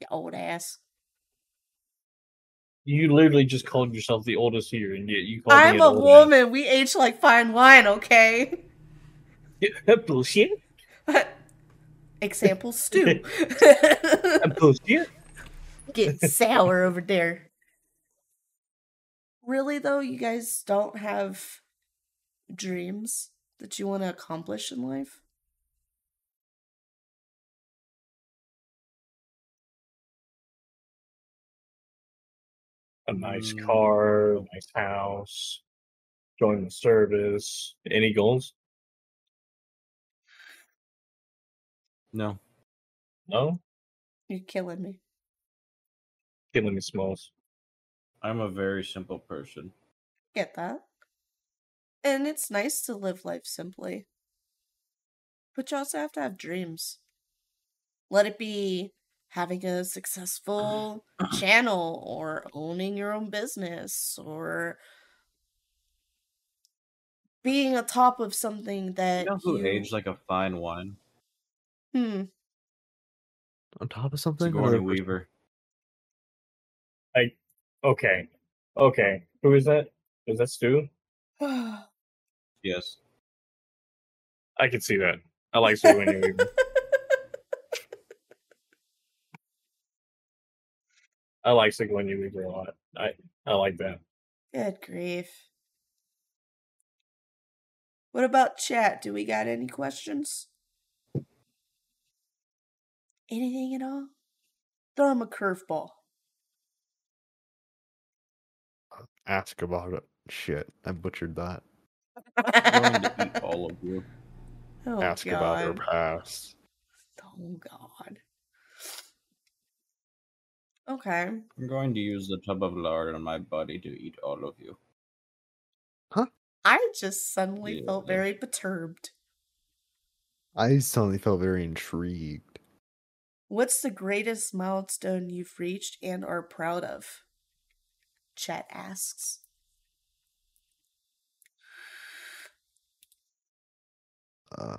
Speaker 2: You old ass.
Speaker 1: You literally just called yourself the oldest here, and yet you called
Speaker 2: I'm
Speaker 1: me an
Speaker 2: a
Speaker 1: old man.
Speaker 2: woman. We age like fine wine, okay?
Speaker 1: bullshit.
Speaker 2: Example stew.
Speaker 1: bullshit.
Speaker 2: Getting sour over there. Really though, you guys don't have dreams that you want to accomplish in life?
Speaker 1: A nice
Speaker 4: Mm.
Speaker 1: car, a nice house, join the service. Any goals?
Speaker 4: No.
Speaker 1: No.
Speaker 2: You're killing me.
Speaker 1: Killing me smalls.
Speaker 4: I'm a very simple person.
Speaker 2: Get that. And it's nice to live life simply. But you also have to have dreams. Let it be having
Speaker 4: Uh,
Speaker 2: a successful
Speaker 4: uh-uh.
Speaker 2: channel or owning your own business or being atop of something that
Speaker 4: You know who aged like a fine wine?
Speaker 2: Hmm.
Speaker 3: On top of something. or
Speaker 4: Sigourney
Speaker 3: the first-
Speaker 4: Weaver.
Speaker 1: Okay. Okay. Who is that? Is that Stu?
Speaker 4: Yes.
Speaker 1: I can see that. I like Sigourney Weaver. I like Sigourney Weaver a lot. I I like that.
Speaker 2: Good grief. What about chat? Do we got any questions? Anything at all? Throw him a curveball.
Speaker 3: Ask about it. Shit, I butchered that.
Speaker 4: going to eat all of you.
Speaker 2: Oh,
Speaker 3: Ask about her
Speaker 2: God.
Speaker 3: past.
Speaker 2: Oh God. Okay.
Speaker 4: I'm going to use the tub of lard on my body to eat all of you.
Speaker 2: I just suddenly
Speaker 4: Yeah.
Speaker 2: felt very perturbed.
Speaker 3: I suddenly felt very intrigued.
Speaker 2: What's the greatest milestone you've reached and are proud of? Chat asks.
Speaker 3: Uh,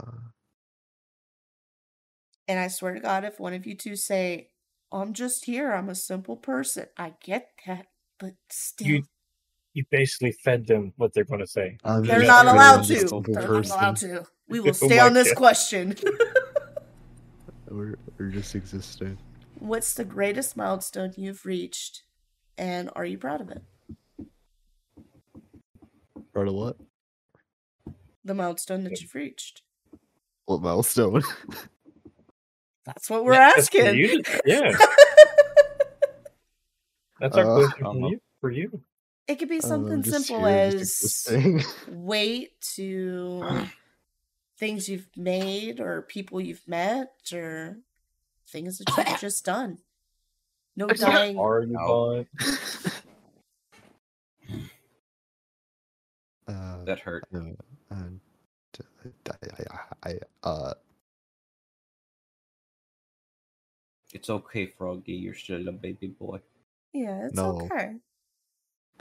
Speaker 2: And I swear to God, if one of you two say, I'm just here, I'm a simple person, I get that, but still.
Speaker 1: You you basically fed them what they're going to say.
Speaker 3: I'm
Speaker 2: They're
Speaker 3: just
Speaker 2: not
Speaker 3: really
Speaker 2: allowed
Speaker 3: a
Speaker 2: to.
Speaker 3: simple
Speaker 2: They're not allowed
Speaker 3: person.
Speaker 2: to. We will
Speaker 1: Oh
Speaker 2: stay
Speaker 1: my
Speaker 2: on this
Speaker 1: God.
Speaker 2: question.
Speaker 3: We're, we're just existing.
Speaker 2: What's the greatest milestone you've reached and are you proud of it?
Speaker 3: Proud of what?
Speaker 2: The milestone that you've reached.
Speaker 3: What milestone? Um,
Speaker 2: That's what we're
Speaker 1: That's for
Speaker 2: asking.
Speaker 1: you to- yeah. That's our
Speaker 3: Uh,
Speaker 1: question
Speaker 4: I
Speaker 1: for
Speaker 4: don't know.
Speaker 1: you. For you.
Speaker 2: It could be
Speaker 3: Uh,
Speaker 2: something
Speaker 3: I'm just
Speaker 2: simple
Speaker 3: here,
Speaker 2: as
Speaker 3: just existing.
Speaker 2: weight to things you've made or people you've met or things that you've just done. No dying.
Speaker 1: Are you
Speaker 4: No.
Speaker 1: bought?
Speaker 3: uh,
Speaker 4: That hurt.
Speaker 3: and uh, I, I, I, uh,
Speaker 4: It's okay, Froggy. You're still a baby boy.
Speaker 2: Yeah, it's
Speaker 3: No.
Speaker 2: okay.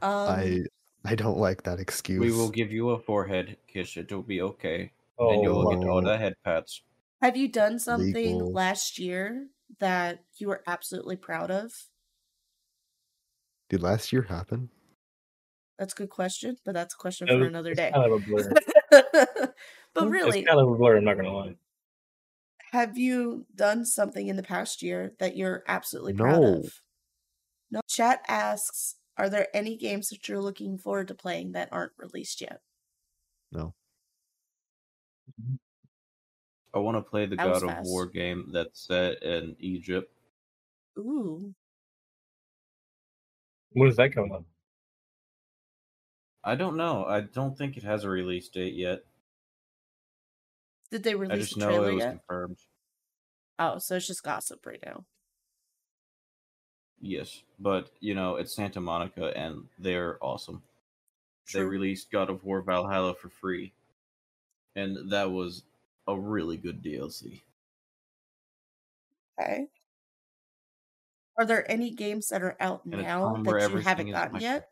Speaker 2: Um, I,
Speaker 3: I, I don't like that excuse.
Speaker 4: We will give you a forehead kiss. It'll be okay. and you
Speaker 1: Oh,
Speaker 4: will get all
Speaker 3: wow.
Speaker 4: the head pats.
Speaker 2: have you done something
Speaker 3: legal.
Speaker 2: last year that you were absolutely proud of?
Speaker 3: Did last year happen?
Speaker 2: That's a good question, but that's a question
Speaker 1: Uh,
Speaker 2: for another
Speaker 1: it's
Speaker 2: day.
Speaker 1: kind of a blur.
Speaker 2: but really,
Speaker 1: It's kind of a blur. I'm not gonna lie.
Speaker 2: have you done something in the past year that you're absolutely proud
Speaker 3: No.
Speaker 2: of? No. Chat asks, are there any games that you're looking forward to playing that aren't released yet?
Speaker 3: No.
Speaker 4: I want to play the
Speaker 2: That was
Speaker 4: God of War
Speaker 2: fast.
Speaker 4: game that's set in Egypt.
Speaker 2: Ooh.
Speaker 1: When is that coming up?
Speaker 4: I don't know. I don't think it has a release date yet.
Speaker 2: Did they release
Speaker 4: I just
Speaker 2: the
Speaker 4: know
Speaker 2: trailer
Speaker 4: it was
Speaker 2: yet?
Speaker 4: confirmed.
Speaker 2: Oh, so it's just gossip right now.
Speaker 4: Yes, but you know it's Santa Monica, and they're awesome. They
Speaker 2: True.
Speaker 4: released God of War Valhalla for free, and that was a really good DLC.
Speaker 2: Okay. Are there any games that are out
Speaker 4: a
Speaker 2: now
Speaker 4: time where
Speaker 2: that you
Speaker 4: everything
Speaker 2: haven't
Speaker 4: is
Speaker 2: gotten
Speaker 4: micro-
Speaker 2: yet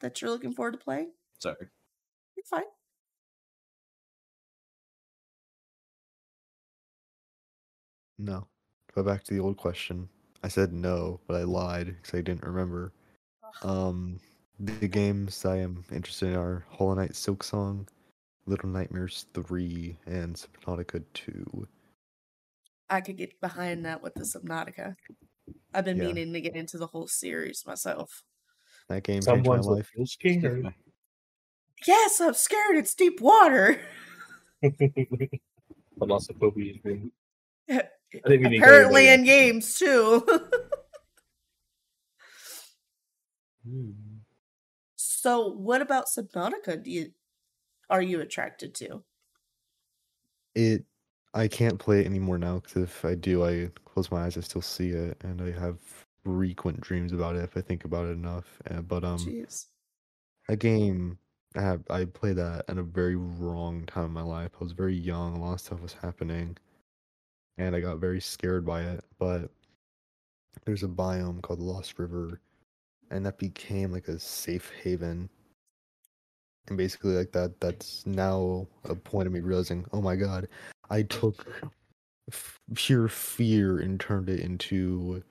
Speaker 2: that you're looking forward to playing?
Speaker 4: Sorry,
Speaker 2: You're fine.
Speaker 3: No. Go back to the old question. I said no, but I lied because I didn't remember. Um, the games I am interested in are Hollow Knight Silk Song, Little Nightmares 3, and Subnautica 2.
Speaker 2: I could get behind that with the Subnautica. I've been
Speaker 3: Yeah.
Speaker 2: meaning to get into the whole series myself.
Speaker 3: That game changed my
Speaker 1: Someone's a
Speaker 3: life.
Speaker 1: little
Speaker 4: Excuse
Speaker 1: scared.
Speaker 4: me.
Speaker 2: Yes, I'm scared. It's deep water.
Speaker 1: but also Kobe is being.
Speaker 2: Yeah.
Speaker 1: I think we need to go to
Speaker 2: Apparently,
Speaker 1: the-
Speaker 2: in games too.
Speaker 1: Hmm,
Speaker 2: so, what about Subnautica? Do you are you attracted to?
Speaker 3: It. I can't play it anymore now because if I do, I close my eyes, I still see it, and I have frequent dreams about it if I think about it enough. Uh, but um,
Speaker 2: Jeez.
Speaker 3: a game I have I played that at a very wrong time in my life. I was very young, a lot of stuff was happening, and I got very scared by it. But there's a biome called the Lost River, and that became like a safe haven. And basically like that that's now a point of me realizing, oh my god, I took f- pure fear and turned it into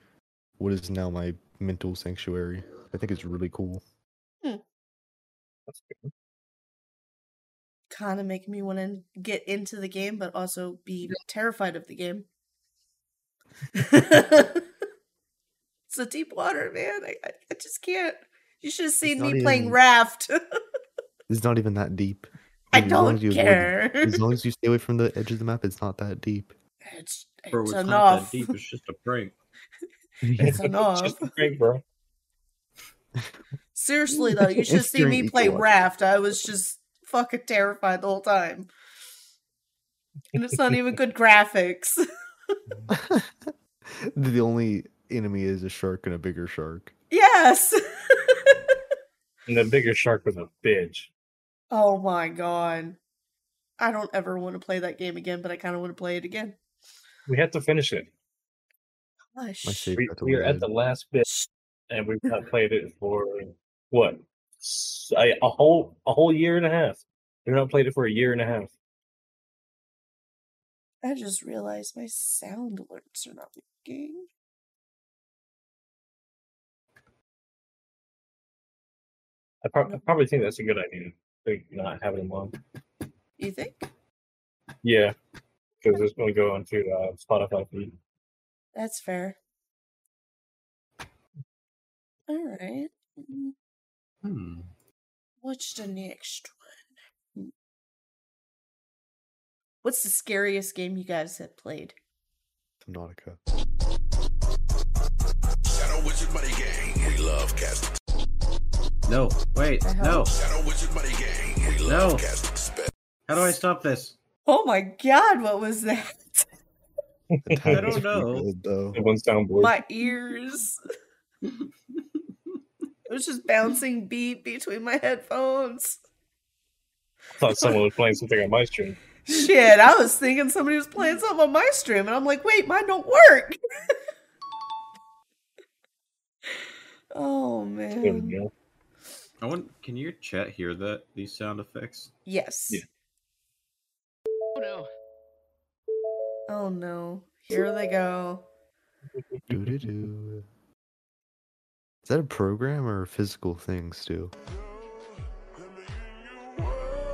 Speaker 3: what is now my mental sanctuary. I think it's really cool.
Speaker 2: kind of making me want to get into the game, but also be terrified of the game. it's a deep water, man. I, I, I just can't. You should have seen
Speaker 3: not
Speaker 2: me playing
Speaker 3: even-
Speaker 2: raft.
Speaker 3: It's not even that deep.
Speaker 2: I
Speaker 3: As long
Speaker 2: don't
Speaker 3: as you avoid-
Speaker 2: care.
Speaker 3: As long as you stay away from the edge of the map, it's not that deep.
Speaker 2: It's,
Speaker 4: Bro,
Speaker 2: it's
Speaker 4: it's not
Speaker 2: enough.
Speaker 4: that deep. It's just a prank.
Speaker 2: It's
Speaker 1: Just
Speaker 2: enough.
Speaker 1: a prank, bro.
Speaker 2: Seriously though, you should
Speaker 3: It's
Speaker 2: see me
Speaker 3: during
Speaker 2: play
Speaker 3: equal watch.
Speaker 2: raft. I was just fucking terrified the whole time. And it's not even good graphics.
Speaker 3: the only enemy is a shark and a bigger shark.
Speaker 2: yes.
Speaker 1: And the bigger shark was a bitch.
Speaker 2: Oh my god. I don't ever want to play that game again, but I kind of want to play it again.
Speaker 1: We have to finish it.
Speaker 2: Hush.
Speaker 3: My favorite.
Speaker 1: We, we are at the last bit, and we've not played it for what S- a, a whole a whole year and a half. We've not played it for a year and a half.
Speaker 2: I just realized my sound alerts are not working.
Speaker 1: I, prob- I probably think that's a good idea. Like not having them on.
Speaker 2: You think?
Speaker 1: Yeah, because it's going to go into uh, Spotify feed.
Speaker 2: That's fair. All right. Mm,
Speaker 4: Hmm.
Speaker 2: What's the next one? Mm. What's the scariest game you guys have played?
Speaker 3: Subnautica.
Speaker 5: Shadow Wizard Money Gang. We love casting.
Speaker 4: No, wait,
Speaker 2: The hell?
Speaker 4: no.
Speaker 5: Shadow Wizard Money Gang. We
Speaker 4: No.
Speaker 5: love casting spells.
Speaker 4: How do I stop this?
Speaker 2: Oh my god, what was that?
Speaker 3: The
Speaker 1: I
Speaker 3: tag
Speaker 1: don't
Speaker 3: is pretty
Speaker 4: know.
Speaker 3: good, though.
Speaker 1: Everyone's soundboard.
Speaker 2: My ears. It was just bouncing beat between my headphones.
Speaker 1: I thought someone was playing something on my stream.
Speaker 2: Shit, I was thinking somebody was playing something on my stream, and I'm like, wait, mine don't work. oh
Speaker 1: You
Speaker 2: man.
Speaker 1: know?
Speaker 4: I want. Can your chat hear that? These sound effects.
Speaker 2: Yes.
Speaker 1: Yeah.
Speaker 6: Oh no.
Speaker 2: Oh no. Here they go.
Speaker 3: Doo doo doo. Is that a program or physical thing, Stu?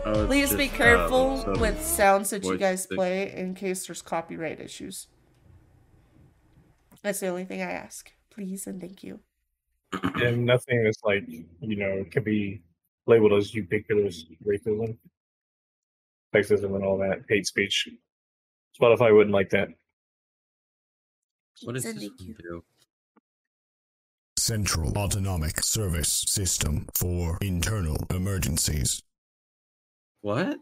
Speaker 4: Oh, it's
Speaker 2: Please be
Speaker 4: just, um,
Speaker 2: careful
Speaker 4: some-
Speaker 2: with sounds that you
Speaker 4: voice
Speaker 2: guys
Speaker 4: that-
Speaker 2: play in case there's copyright issues. That's the only thing I ask. Please and thank you.
Speaker 1: And nothing that's like you know could be labeled as ubiquitous racism, sexism, and all that hate speech. Spotify wouldn't like that.
Speaker 4: What does
Speaker 2: Please and
Speaker 4: this
Speaker 2: thank you.
Speaker 4: one do?
Speaker 5: Central Autonomic Service System for Internal Emergencies.
Speaker 4: What?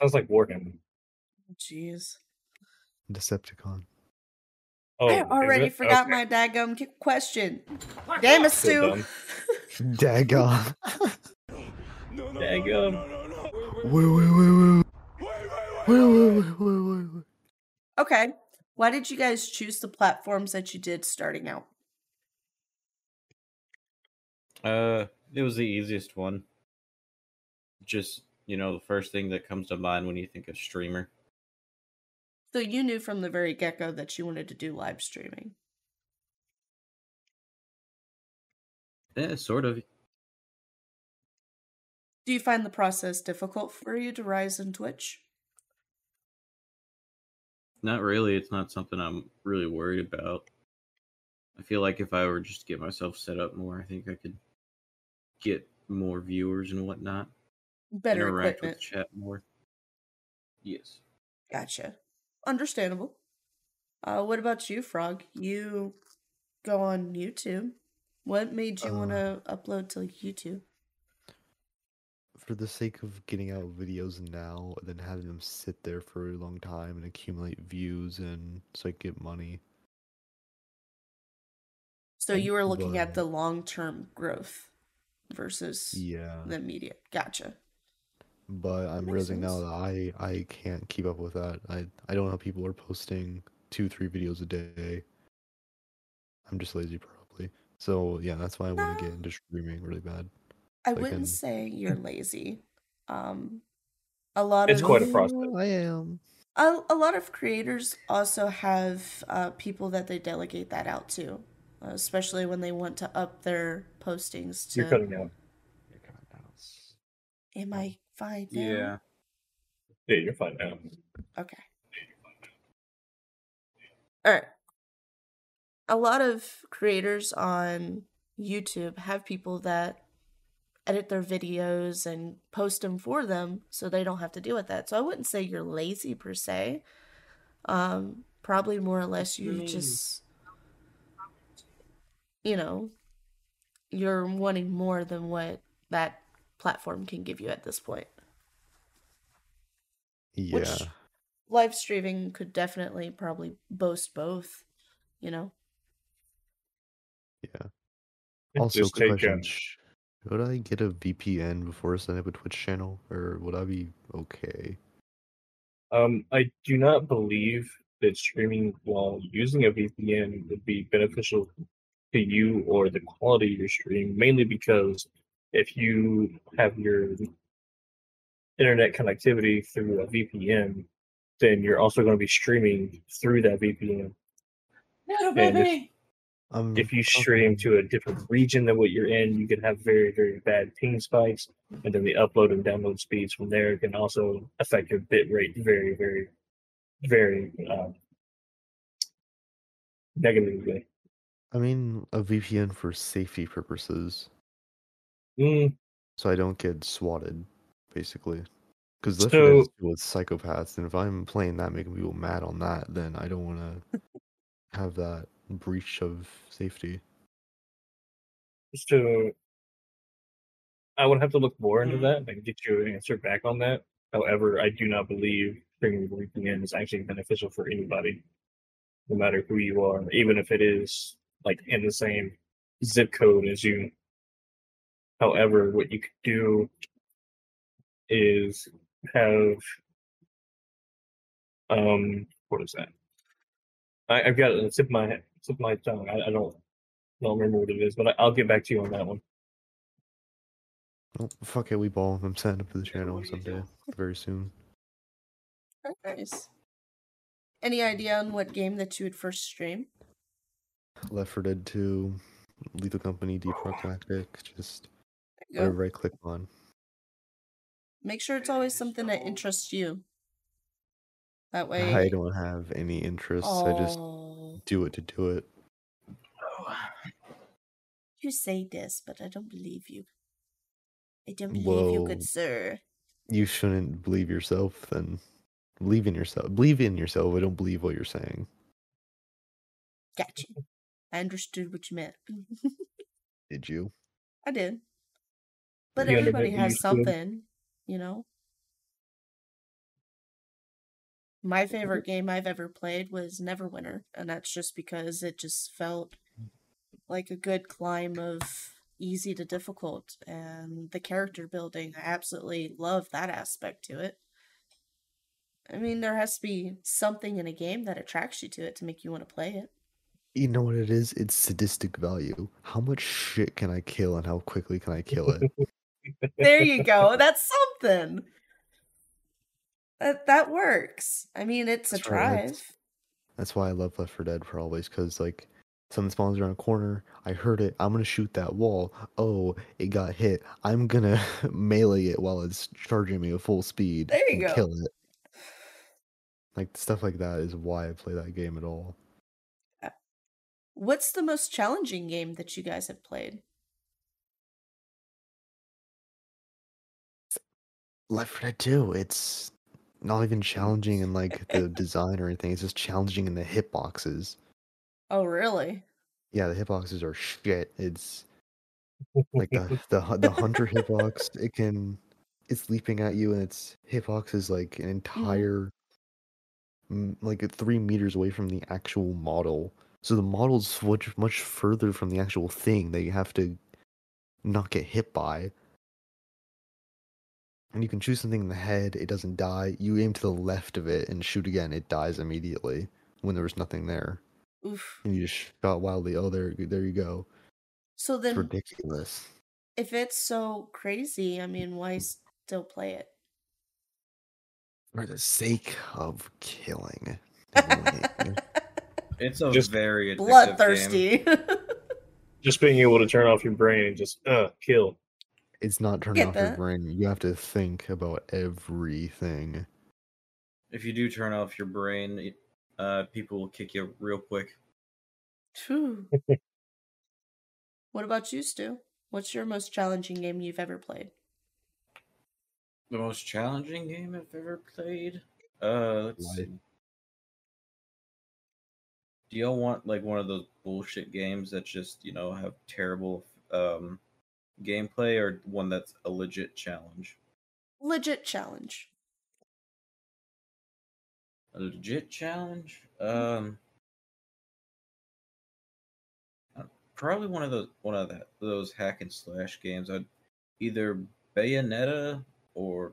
Speaker 1: Sounds like Warhammer.
Speaker 2: Jeez.
Speaker 3: Decepticon.
Speaker 1: Oh,
Speaker 2: I
Speaker 1: is
Speaker 2: already
Speaker 1: it?
Speaker 2: forgot
Speaker 1: Okay.
Speaker 2: my daggum ki- question. Damn it,
Speaker 1: So
Speaker 2: Stu.
Speaker 1: dumb.
Speaker 3: Dagon.
Speaker 1: Daggum.
Speaker 3: woo woo woo woo. Woo woo woo woo woo.
Speaker 2: Okay. Why did you guys choose the platforms that you did starting out?
Speaker 4: Uh, it was the easiest one. Just you know, the first thing that comes to mind when you think of streamer.
Speaker 2: So you knew from the very get go that you wanted to do live streaming.
Speaker 4: Yeah, sort of.
Speaker 2: Do you find the process difficult for you to rise in Twitch?
Speaker 4: Not really. It's not something I'm really worried about. I feel like if I were just to get myself set up more, I think I could get more viewers and whatnot.
Speaker 2: Better
Speaker 4: interact
Speaker 2: equipment.
Speaker 4: with chat more. Yes.
Speaker 2: Gotcha. Understandable. Uh, what about you, Frog? You go on YouTube. What made you want to upload to YouTube?
Speaker 3: For the sake of getting out videos now and then having them sit there for a long time and accumulate views and so I get money.
Speaker 2: So you were looking at
Speaker 3: But-
Speaker 2: the long term growth versus
Speaker 3: Yeah.
Speaker 2: the immediate. Gotcha.
Speaker 3: But I'm
Speaker 2: makes
Speaker 3: realizing now
Speaker 2: sense.
Speaker 3: that I I can't keep up with that. I I don't know how people are posting two three videos a day. I'm just lazy probably. So yeah, that's why I want to
Speaker 2: No.
Speaker 3: get into streaming really bad.
Speaker 2: I
Speaker 3: Like
Speaker 2: wouldn't
Speaker 3: in-
Speaker 2: say you're lazy. Um, a lot
Speaker 1: It's
Speaker 2: of
Speaker 1: quite a process.
Speaker 3: I am.
Speaker 2: a, a lot of creators also have uh, people that they delegate that out to, uh, especially when they want to up their postings
Speaker 1: You're
Speaker 2: to.
Speaker 1: cutting out.
Speaker 2: Am I fine? now?
Speaker 1: Yeah, you're fine now.
Speaker 2: Okay. All right. A lot of creators on YouTube have people that edit their videos and post them for them so they don't have to deal with that. So I wouldn't say you're lazy per se. Um, probably more or less you
Speaker 1: Mm.
Speaker 2: just, you know, you're wanting more than what that platform can give you at this point.
Speaker 3: Yeah.
Speaker 2: Which live streaming could definitely probably boast both, you know.
Speaker 3: Also,
Speaker 1: Just
Speaker 3: quick
Speaker 1: take
Speaker 3: question.
Speaker 1: a,
Speaker 3: sh- Should I get a VPN before setting up a Twitch channel, or would I be okay?
Speaker 1: um, I do not believe that streaming while using a VPN would be beneficial to you or the quality of your stream, mainly because if you have your internet connectivity through a VPN, then you're also going to be streaming through that VPN. And if-
Speaker 3: Um,
Speaker 1: if you stream to a different region than what you're in, you can have very, very bad ping spikes, and then the upload and download speeds from there can also affect your bit rate very, very, very um, negatively.
Speaker 3: I mean, a VPN for safety purposes,
Speaker 1: Mm,
Speaker 3: so I don't get swatted, basically. Because Left
Speaker 1: So-
Speaker 3: 4 Dead with psychopaths, and if I'm playing that, making people mad on that, then I don't want to have that breach of safety.
Speaker 1: so I would have to look more into that and get you an answer back on that. However, I do not believe streaming the VPN is actually beneficial for anybody, no matter who you are, even if it is like in the same zip code as you. However, what you could do is have um what is that? I, I've got it on the tip of my tip of my tongue. I, I don't don't remember what it is, but I, I'll get back to you on that one.
Speaker 3: Oh, fuck it, we ball. I'm setting up for the channel
Speaker 1: what do you
Speaker 3: someday, very soon.
Speaker 2: Nice. Any idea on what game that you would first stream?
Speaker 3: Left 4 Dead 2, Lethal Company, Deep Rock Galactic, just
Speaker 2: There you go.
Speaker 3: whatever I click on.
Speaker 2: Make sure it's always something that interests you. That way.
Speaker 3: I don't have any interests. I just
Speaker 2: Oh,
Speaker 3: do it to do it.
Speaker 2: You say this, but I don't believe you. I don't believe you,
Speaker 3: Whoa.
Speaker 2: good sir.
Speaker 3: You shouldn't believe yourself. Then believe in yourself. Believe in yourself. I don't believe what you're saying.
Speaker 2: Gotcha. I understood what you meant.
Speaker 3: Did you?
Speaker 2: I did. But
Speaker 1: You understood
Speaker 2: everybody
Speaker 1: what
Speaker 2: has
Speaker 1: you said.
Speaker 2: something, you know. My favorite
Speaker 1: Mm-hmm.
Speaker 2: game I've ever played was Neverwinter, and that's just because it just felt
Speaker 1: Mm.
Speaker 2: like a good climb of easy to difficult and the character building. I absolutely love that aspect to it. I mean, there has to be something in a game that attracts you to it to make you want to play it.
Speaker 3: You know what it is? It's sadistic value. How much shit can I kill, and how quickly can I kill it?
Speaker 2: there you go. That's something. That that works. I mean, it's a
Speaker 3: That's right.
Speaker 2: drive.
Speaker 3: That's why I love Left 4 Dead for always, because like something spawns around a corner. I heard it. I'm gonna shoot that wall. Oh, it got hit. I'm gonna melee it while it's charging me at full speed.
Speaker 2: There you
Speaker 3: and
Speaker 2: go.
Speaker 3: Kill it. Like stuff like that is why I play that game at all.
Speaker 2: What's the most challenging game that you guys have played?
Speaker 3: Left 4 Dead 2. It's not even challenging in like the design or anything. It's just challenging in the hitboxes.
Speaker 2: Oh, really?
Speaker 3: Yeah, the hitboxes are shit. It's like the the hu- the hunter hitbox it can it's leaping at you and its hitbox is like an entire m- like a three meters away from the actual model so the model's much much further from the actual thing that you have to not get hit by and you can shoot something in the head it doesn't die you aim to the left of it and shoot again it dies immediately when there was nothing there
Speaker 2: Oof.
Speaker 3: and you just shot wildly oh there there you go
Speaker 2: So
Speaker 3: it's
Speaker 2: then,
Speaker 3: ridiculous
Speaker 2: if it's so crazy, I mean, why still play it?
Speaker 3: for the sake of killing. and winning.
Speaker 4: It's a
Speaker 1: Just
Speaker 4: very addictive game.
Speaker 2: Bloodthirsty.
Speaker 1: just being able to turn off your brain and just uh kill.
Speaker 3: it's not turning
Speaker 2: Get
Speaker 3: off your
Speaker 2: that.
Speaker 3: brain. You have to think about everything.
Speaker 4: If you do turn off your brain, uh, people will kick you real quick.
Speaker 2: Phew. what about you, Stu? What's your most challenging game you've ever played?
Speaker 4: The most challenging game I've ever played. Uh, let's
Speaker 3: Life.
Speaker 4: see. Do y'all want like one of those bullshit games that just you know have terrible um gameplay, or one that's a legit challenge?
Speaker 2: Legit challenge.
Speaker 4: A legit challenge. Um, uh, probably one of those one of that those hack and slash games. I'd either Bayonetta or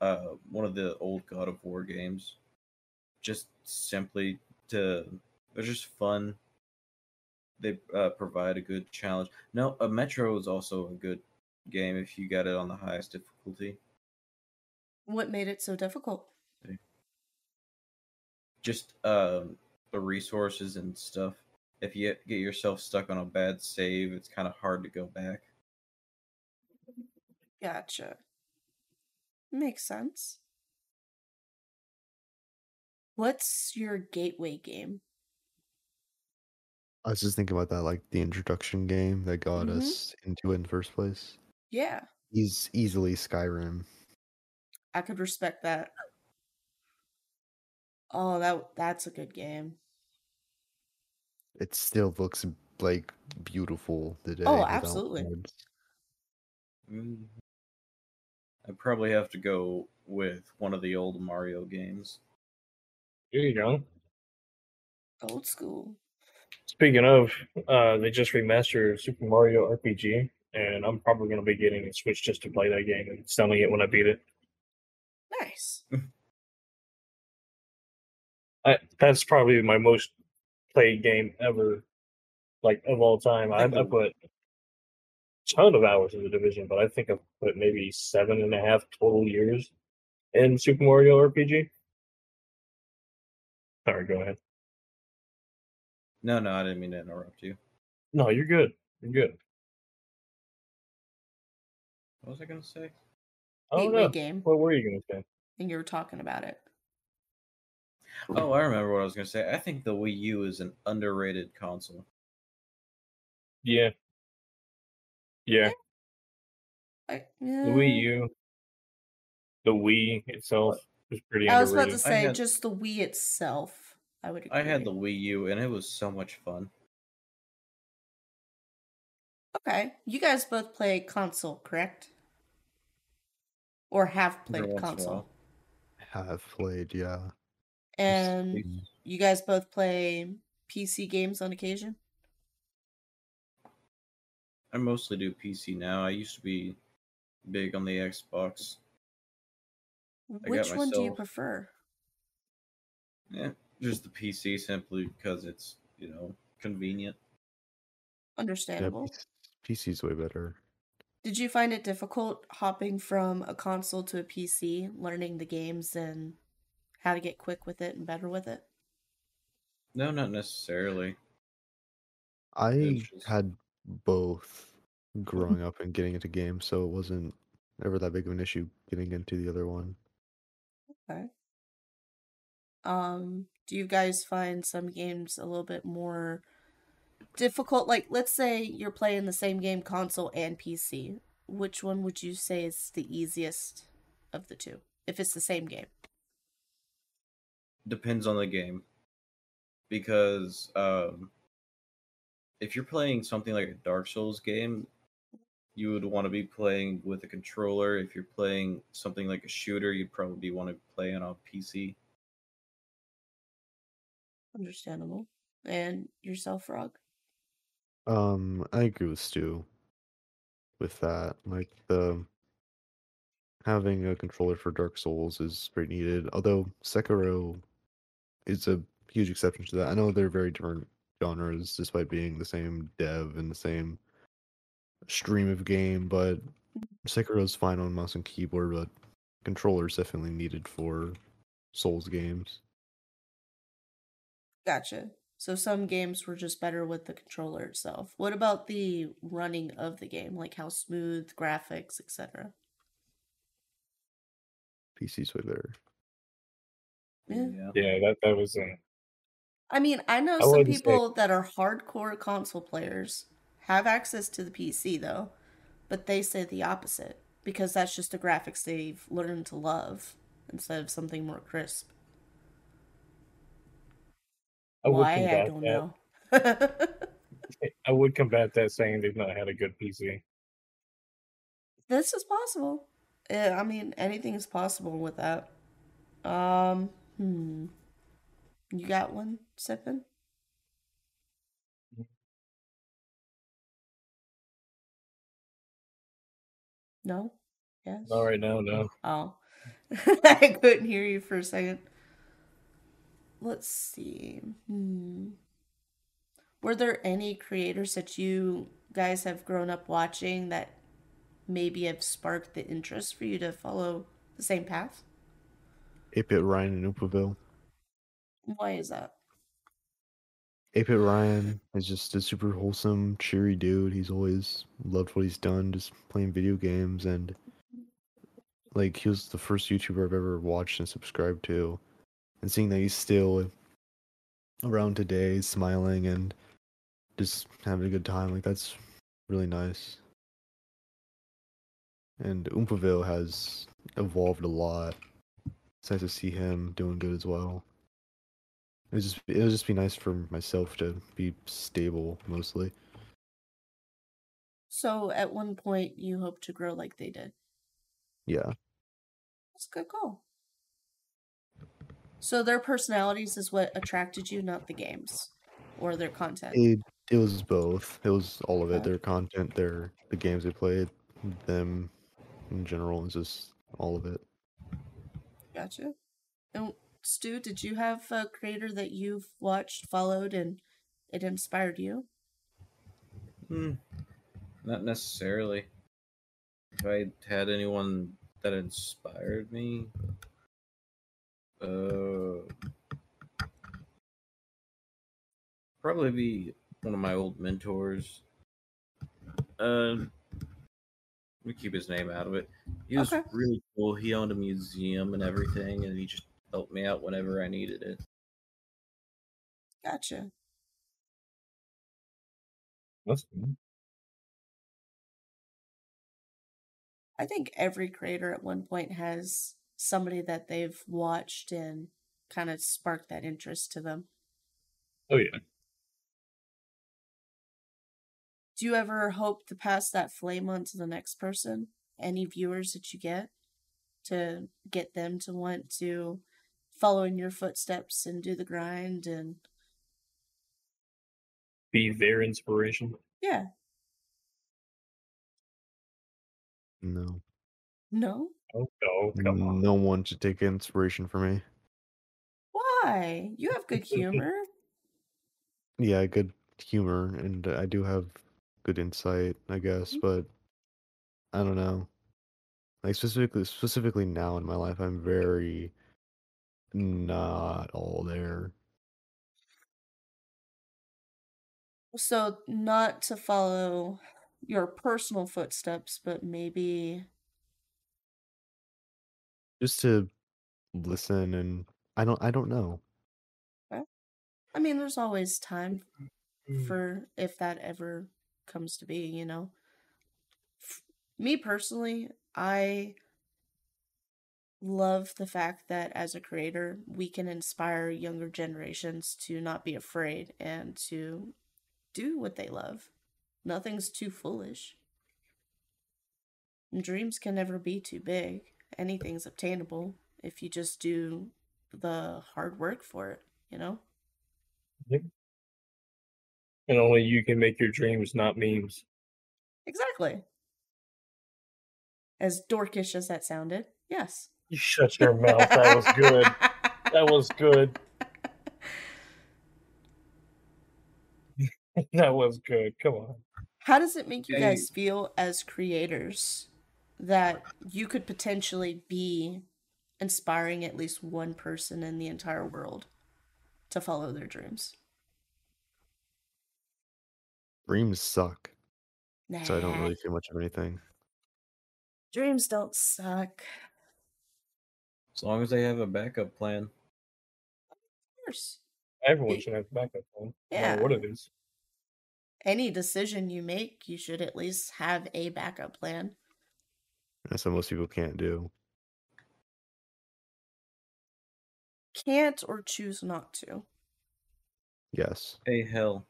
Speaker 4: uh one of the old God of War games. Just simply to they're just fun. They uh, provide a good challenge. No, a Metro is also a good game if you got it on the highest difficulty.
Speaker 2: What made it so difficult?
Speaker 4: just um the resources and stuff. If you get yourself stuck on a bad save, it's kind of hard to go back.
Speaker 2: Gotcha. Makes sense. What's your gateway game?
Speaker 3: I was just thinking about that, like the introduction game that got
Speaker 2: Mhm.
Speaker 3: us into it in the first place.
Speaker 2: Yeah,
Speaker 3: He's easily Skyrim.
Speaker 2: I could respect that. Oh, that that's a good game.
Speaker 3: It still looks like beautiful today.
Speaker 2: Oh,
Speaker 3: without
Speaker 2: absolutely.
Speaker 3: bugs.
Speaker 4: Mm. I probably have to go with one of the old Mario games.
Speaker 1: There you go.
Speaker 2: Old school.
Speaker 1: Speaking of, uh, they just remastered Super Mario RPG, and I'm probably going to be getting a Switch just to play that game and selling it when I beat it.
Speaker 2: Nice.
Speaker 1: I, that's probably my most played game ever, like of all time. I, I
Speaker 4: Think-
Speaker 1: put a ton of hours in the division, but I think I've put maybe seven and a half total years in Super Mario RPG. Sorry, go ahead.
Speaker 4: No, no, I didn't mean to interrupt you.
Speaker 1: No, you're good. You're good.
Speaker 4: What was I gonna say?
Speaker 1: Oh
Speaker 2: gateway
Speaker 1: no.
Speaker 2: game.
Speaker 1: What were you gonna say?
Speaker 2: And you were talking about it.
Speaker 4: Oh, I remember what I was gonna say. I think the Wii U is an underrated console.
Speaker 1: Yeah. Yeah.
Speaker 2: I,
Speaker 1: The Wii U, the Wii itself was pretty
Speaker 2: I was about
Speaker 1: underrated.
Speaker 2: to
Speaker 4: I
Speaker 2: say
Speaker 4: had-
Speaker 2: just the Wii itself. I would. Agree.
Speaker 4: I had the Wii U, and it was so much fun.
Speaker 2: Okay, you guys both play console, correct? Or have
Speaker 4: Every
Speaker 2: played
Speaker 4: once in a
Speaker 2: console,
Speaker 4: while.
Speaker 3: Have played, yeah.
Speaker 2: and
Speaker 3: Mm.
Speaker 2: you guys both play PC games on occasion.
Speaker 4: I mostly do PC now. I used to be big on the Xbox. got
Speaker 2: Which one do you
Speaker 4: myself-
Speaker 2: prefer?
Speaker 4: Yeah, just the PC simply because it's you know convenient.
Speaker 3: Yeah,
Speaker 2: Understandable.
Speaker 3: PC's way better.
Speaker 2: Did you find it difficult hopping from a console to a PC, learning the games and how to get quick with it and better with it?
Speaker 4: No, not necessarily.
Speaker 3: I
Speaker 4: just-
Speaker 3: had both growing up and getting into games, so it wasn't ever that big of an issue getting into the other one.
Speaker 2: um do you guys find some games a little bit more difficult like let's say you're playing the same game console and pc which one would you say is the easiest of the two if it's the same game
Speaker 4: Depends on the game, because um, if you're playing something like a Dark Souls game, you would want to be playing with a controller. If you're playing something like a shooter, you'd probably want to play on a PC.
Speaker 2: understandable and yourself frog
Speaker 3: Um, I agree with Stu with that. Like the having a controller for Dark Souls is pretty needed. Although Sekiro is a huge exception to that. I know they're very different genres despite being the same dev and the same stream of game, but Sekiro's fine on mouse and keyboard, but controller's definitely needed for Souls games.
Speaker 2: gotcha so some games were just better with the controller itself what about the running of the game like how smooth graphics etc
Speaker 3: PC's way better.
Speaker 2: Yeah.
Speaker 1: Yeah, that that was uh, a
Speaker 2: I mean, I know
Speaker 1: I
Speaker 2: some
Speaker 1: wouldn't say-
Speaker 2: people that are hardcore console players have access to the PC though, but they say the opposite because that's just the graphics they've learned to love instead of something more crisp.
Speaker 1: I would
Speaker 2: Why I
Speaker 1: combat
Speaker 2: don't
Speaker 1: that.
Speaker 2: know.
Speaker 1: I would combat that saying they've not had a good PC.
Speaker 2: this is possible. Eh, I mean, anything is possible with that. Um, hmm. You got one sipping? No? Yes?
Speaker 1: Not right now, no.
Speaker 2: Oh. I couldn't hear you for a second. Let's see. Hmm. Were there any creators that you guys have grown up watching that maybe have sparked the interest for you to follow the same path?
Speaker 3: Ape It Ryan and Oopaville.
Speaker 2: Why is that?
Speaker 3: Ape It Ryan is just a super wholesome, cheery dude. He's always loved what he's done, just playing video games and like he was the first YouTuber I've ever watched and subscribed to. And seeing that he's still around today, smiling and just having a good time, like that's really nice. And Oompaville has evolved a lot. It's nice to see him doing good as well. It would just it would just be nice for myself to be stable mostly.
Speaker 2: So at one point you hope to grow like they did.
Speaker 3: Yeah.
Speaker 2: That's a good goal. So their personalities is what attracted you, not the games or their content.
Speaker 3: It it was both. It was all of it.
Speaker 2: Okay.
Speaker 3: Their content, their the games they played, them in general, it's just all of it.
Speaker 2: Gotcha. And Stu, did you have a creator that you've watched, followed, and it inspired you?
Speaker 4: Hmm. Not necessarily. If I had anyone that inspired me, uh, probably be one of my old mentors. Uh, we keep his name out of it. He was
Speaker 2: Okay.
Speaker 4: really cool. He owned a museum and everything, and he just helped me out whenever I needed it.
Speaker 2: Gotcha.
Speaker 1: That's good.
Speaker 2: I think every creator at one point has somebody that they've watched and kind of sparked that interest to them.
Speaker 1: Oh yeah.
Speaker 2: Do you ever hope to pass that flame on to the next person? Any viewers that you get to get them to want to follow in your footsteps and do the grind and
Speaker 1: Be their inspiration.
Speaker 2: yeah,
Speaker 3: No.
Speaker 2: no?
Speaker 1: Oh no, come on.
Speaker 3: No one should take inspiration from me.
Speaker 2: Why? You have good humor.
Speaker 3: Yeah, good humor and I do have good insight, I guess,
Speaker 1: Mm-hmm.
Speaker 3: but I don't know. Like specifically specifically now in my life I'm very not all there.
Speaker 2: So, not to follow your personal footsteps, but maybe.
Speaker 3: just to listen and i don't i don't know
Speaker 2: I mean, there's always time
Speaker 1: Mm.
Speaker 2: for if that ever comes to be, you know. F- Me personally, I love the fact that as a creator, we can inspire younger generations to not be afraid and to do what they love. Nothing's too foolish. And Dreams can never be too big. Anything's obtainable if you just do the hard work for it, you know?
Speaker 1: And only you can make your dreams not memes.
Speaker 2: Exactly. As dorkish as that sounded, yes.
Speaker 1: You shut your mouth. That was good. That was good. that was good. Come on.
Speaker 2: How does it make you
Speaker 4: Hey.
Speaker 2: guys feel as creators that you could potentially be inspiring at least one person in the entire world to follow their dreams?
Speaker 3: dreams suck so i don't
Speaker 2: Nah,
Speaker 3: really feel much of anything
Speaker 2: Dreams don't suck.
Speaker 4: As long as they have a backup plan.
Speaker 2: course.
Speaker 1: Everyone should have a backup phone. no matter
Speaker 2: Yeah.
Speaker 1: What it is.
Speaker 2: Any decision you make, you should at least have a backup plan.
Speaker 3: That's what most people can't do.
Speaker 2: Can't or choose not to.
Speaker 3: Yes.
Speaker 4: Hey, hell.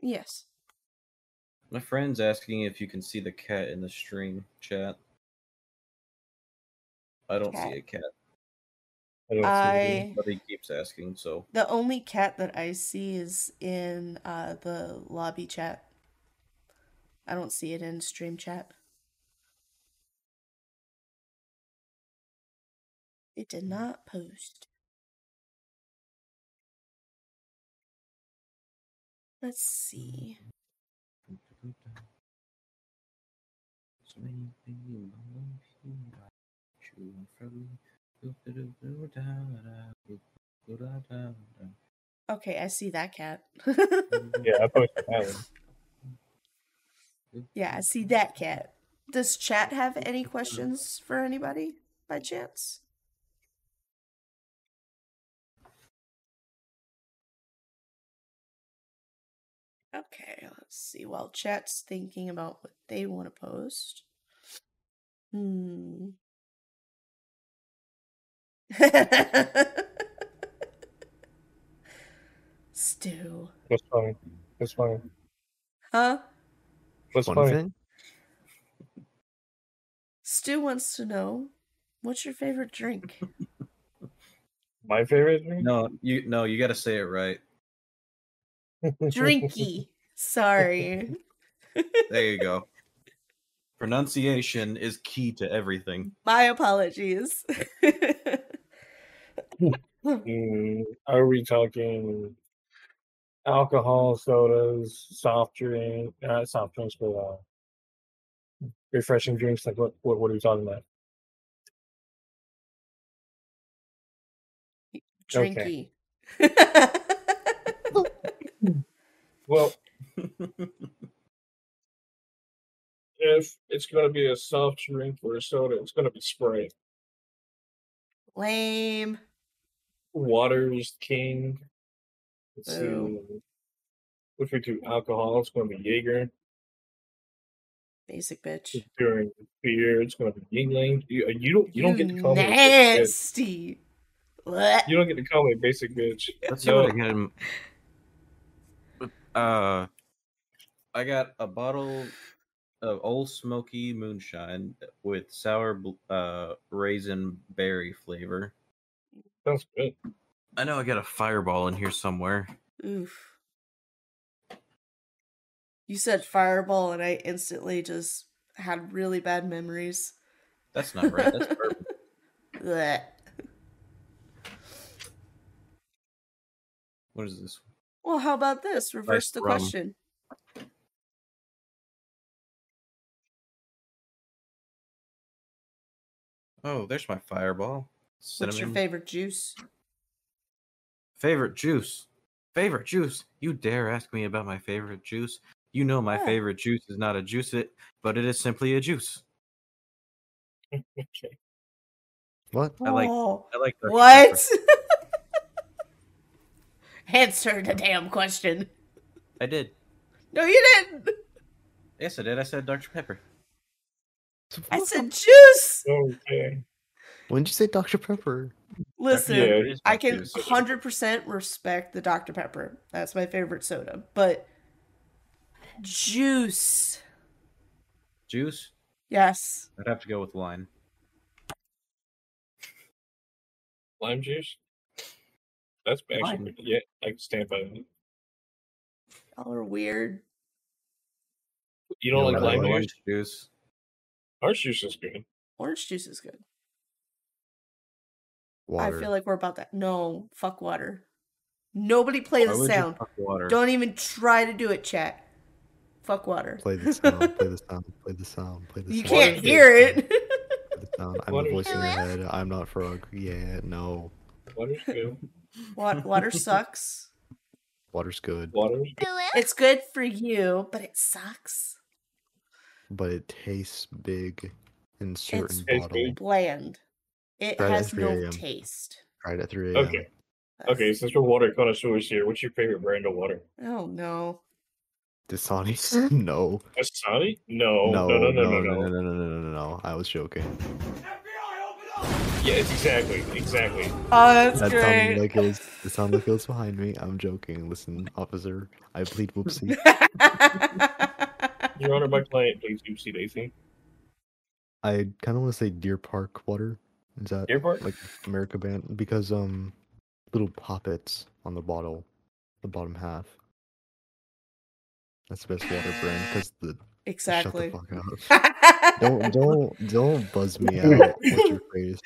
Speaker 2: Yes.
Speaker 4: My friend's asking if you can see the cat in the stream chat. I don't
Speaker 2: Cat.
Speaker 4: see a cat,
Speaker 1: I don't see anything.
Speaker 2: I
Speaker 4: but he keeps asking, so.
Speaker 2: the only cat that I see is in uh the lobby chat. I don't see it in stream chat. It did not post. Let's see. Okay, I see that cat.
Speaker 1: Yeah, I posted that one.
Speaker 2: yeah, I see that cat. Does chat have any questions for anybody by chance? Okay, let's see. While chat's thinking about what they want to post. Hmm. Stew.
Speaker 1: That's fine. That's fine.
Speaker 2: Huh?
Speaker 1: That's
Speaker 3: One
Speaker 1: fine.
Speaker 3: thing?
Speaker 2: Stu wants to know what's your favorite drink?
Speaker 1: My favorite drink?
Speaker 4: No, you no, you got to say it right.
Speaker 2: Drinky. Sorry.
Speaker 4: There you go. Pronunciation is key to everything.
Speaker 2: My apologies.
Speaker 1: Mm, are we talking alcohol, sodas, soft drink, uh, soft drinks, but uh, refreshing drinks? Like what, what? What are we talking about?
Speaker 2: Drinky.
Speaker 1: Well, if it's gonna be a soft drink or a soda, it's gonna be Sprite.
Speaker 2: Lame.
Speaker 1: Water is king. Let's
Speaker 2: Boo.
Speaker 1: do- If we do alcohol, it's gonna be Jaeger.
Speaker 2: Basic bitch.
Speaker 1: If you're doing beer, it's gonna be Yingling. You, uh, you don't you don't get to call me a basic bitch.
Speaker 2: nasty. Blech.
Speaker 1: You don't get to call me a basic bitch.
Speaker 4: Let's see what I got. in- Uh, I got a bottle of Old Smoky Moonshine with sour bl- uh, raisin berry flavor.
Speaker 1: Sounds good.
Speaker 4: I know I got a fireball in here somewhere.
Speaker 2: Oof. You said fireball, and I instantly just had really bad memories.
Speaker 4: That's not right. That's bourbon.
Speaker 2: Blech.
Speaker 4: What is this?
Speaker 2: Well, how about this? Reverse the
Speaker 4: rum.
Speaker 2: question.
Speaker 4: Oh, there's my fireball.
Speaker 2: What's
Speaker 4: Cinnamon.
Speaker 2: your favorite juice?
Speaker 4: favorite juice? Favorite juice? You dare ask me about my favorite juice? You know my
Speaker 2: Yeah.
Speaker 4: favorite juice is not a juice, it, but it is simply a juice.
Speaker 1: Okay.
Speaker 3: What?
Speaker 4: I like-
Speaker 2: Oh.
Speaker 4: I like Dr. Pepper.
Speaker 2: What? Answer the damn question.
Speaker 4: I did.
Speaker 2: No, you didn't.
Speaker 4: Yes, I did. I said Dr. Pepper.
Speaker 2: I said juice.
Speaker 1: Okay.
Speaker 3: When did you say Dr. Pepper?
Speaker 2: Listen,
Speaker 1: Yeah,
Speaker 4: it is my
Speaker 2: I can
Speaker 4: juice.
Speaker 2: 100% respect the Dr. Pepper. That's my favorite soda. But juice.
Speaker 4: Juice?
Speaker 2: Yes.
Speaker 4: I'd have to go with lime.
Speaker 1: Lime juice. That's actually
Speaker 4: Lime.
Speaker 1: pretty- yeah. I can stand by that.
Speaker 2: Y'all are weird.
Speaker 1: You don't
Speaker 3: You
Speaker 1: like
Speaker 3: don't like
Speaker 1: lime
Speaker 3: lime?
Speaker 1: juice?
Speaker 4: juice.
Speaker 1: Orange juice is good.
Speaker 2: Orange juice is good.
Speaker 3: Water.
Speaker 2: I feel like we're about that. No, fuck water. Nobody play
Speaker 4: Why
Speaker 2: the
Speaker 4: would you
Speaker 2: sound.
Speaker 4: fuck Water.
Speaker 2: Don't even try to do it, chat. Fuck water.
Speaker 3: Play the sound, play the sound, play the sound, play the
Speaker 2: You
Speaker 3: sound.
Speaker 2: can't
Speaker 1: Water.
Speaker 2: hear it.
Speaker 3: play the sound. I'm
Speaker 1: Water.
Speaker 3: a voice in your head. I'm not frog. Yeah, no.
Speaker 1: Water's good.
Speaker 2: Water, water sucks.
Speaker 3: Water's good,
Speaker 1: Water's good.
Speaker 2: It's good for you, but it sucks.
Speaker 3: but it tastes big in certain
Speaker 1: Tastes
Speaker 3: bottle.
Speaker 1: big.
Speaker 2: Bland. It
Speaker 3: Right at
Speaker 2: has
Speaker 3: 3
Speaker 2: no
Speaker 3: a.m..
Speaker 2: taste.
Speaker 3: Right at 3 a.m.
Speaker 1: Okay. Okay, since we're water connoisseurs here, what's your favorite brand of water?
Speaker 2: Oh no.
Speaker 3: Dishonest? No.
Speaker 1: Asani? Oh, No, no, no, no, no, no.
Speaker 3: no, no, no, no, no, no. I was joking.
Speaker 1: Yes, exactly, exactly.
Speaker 2: Oh, that's
Speaker 3: That sounded
Speaker 2: great.
Speaker 3: like it was. It sounded like it was behind me. I'm joking. Listen, officer, I plead whoopsie.
Speaker 1: Your Honor, my client, please do see Daisy.
Speaker 3: I kind of want to say Deer Park water. Is that
Speaker 1: Deer Park?
Speaker 3: like America band? Because um, little poppets on the bottle, the bottom half. That's the best water brand. Because the
Speaker 2: exactly.
Speaker 3: shut the fuck up. Don't don't don't buzz me out. What's your phrase?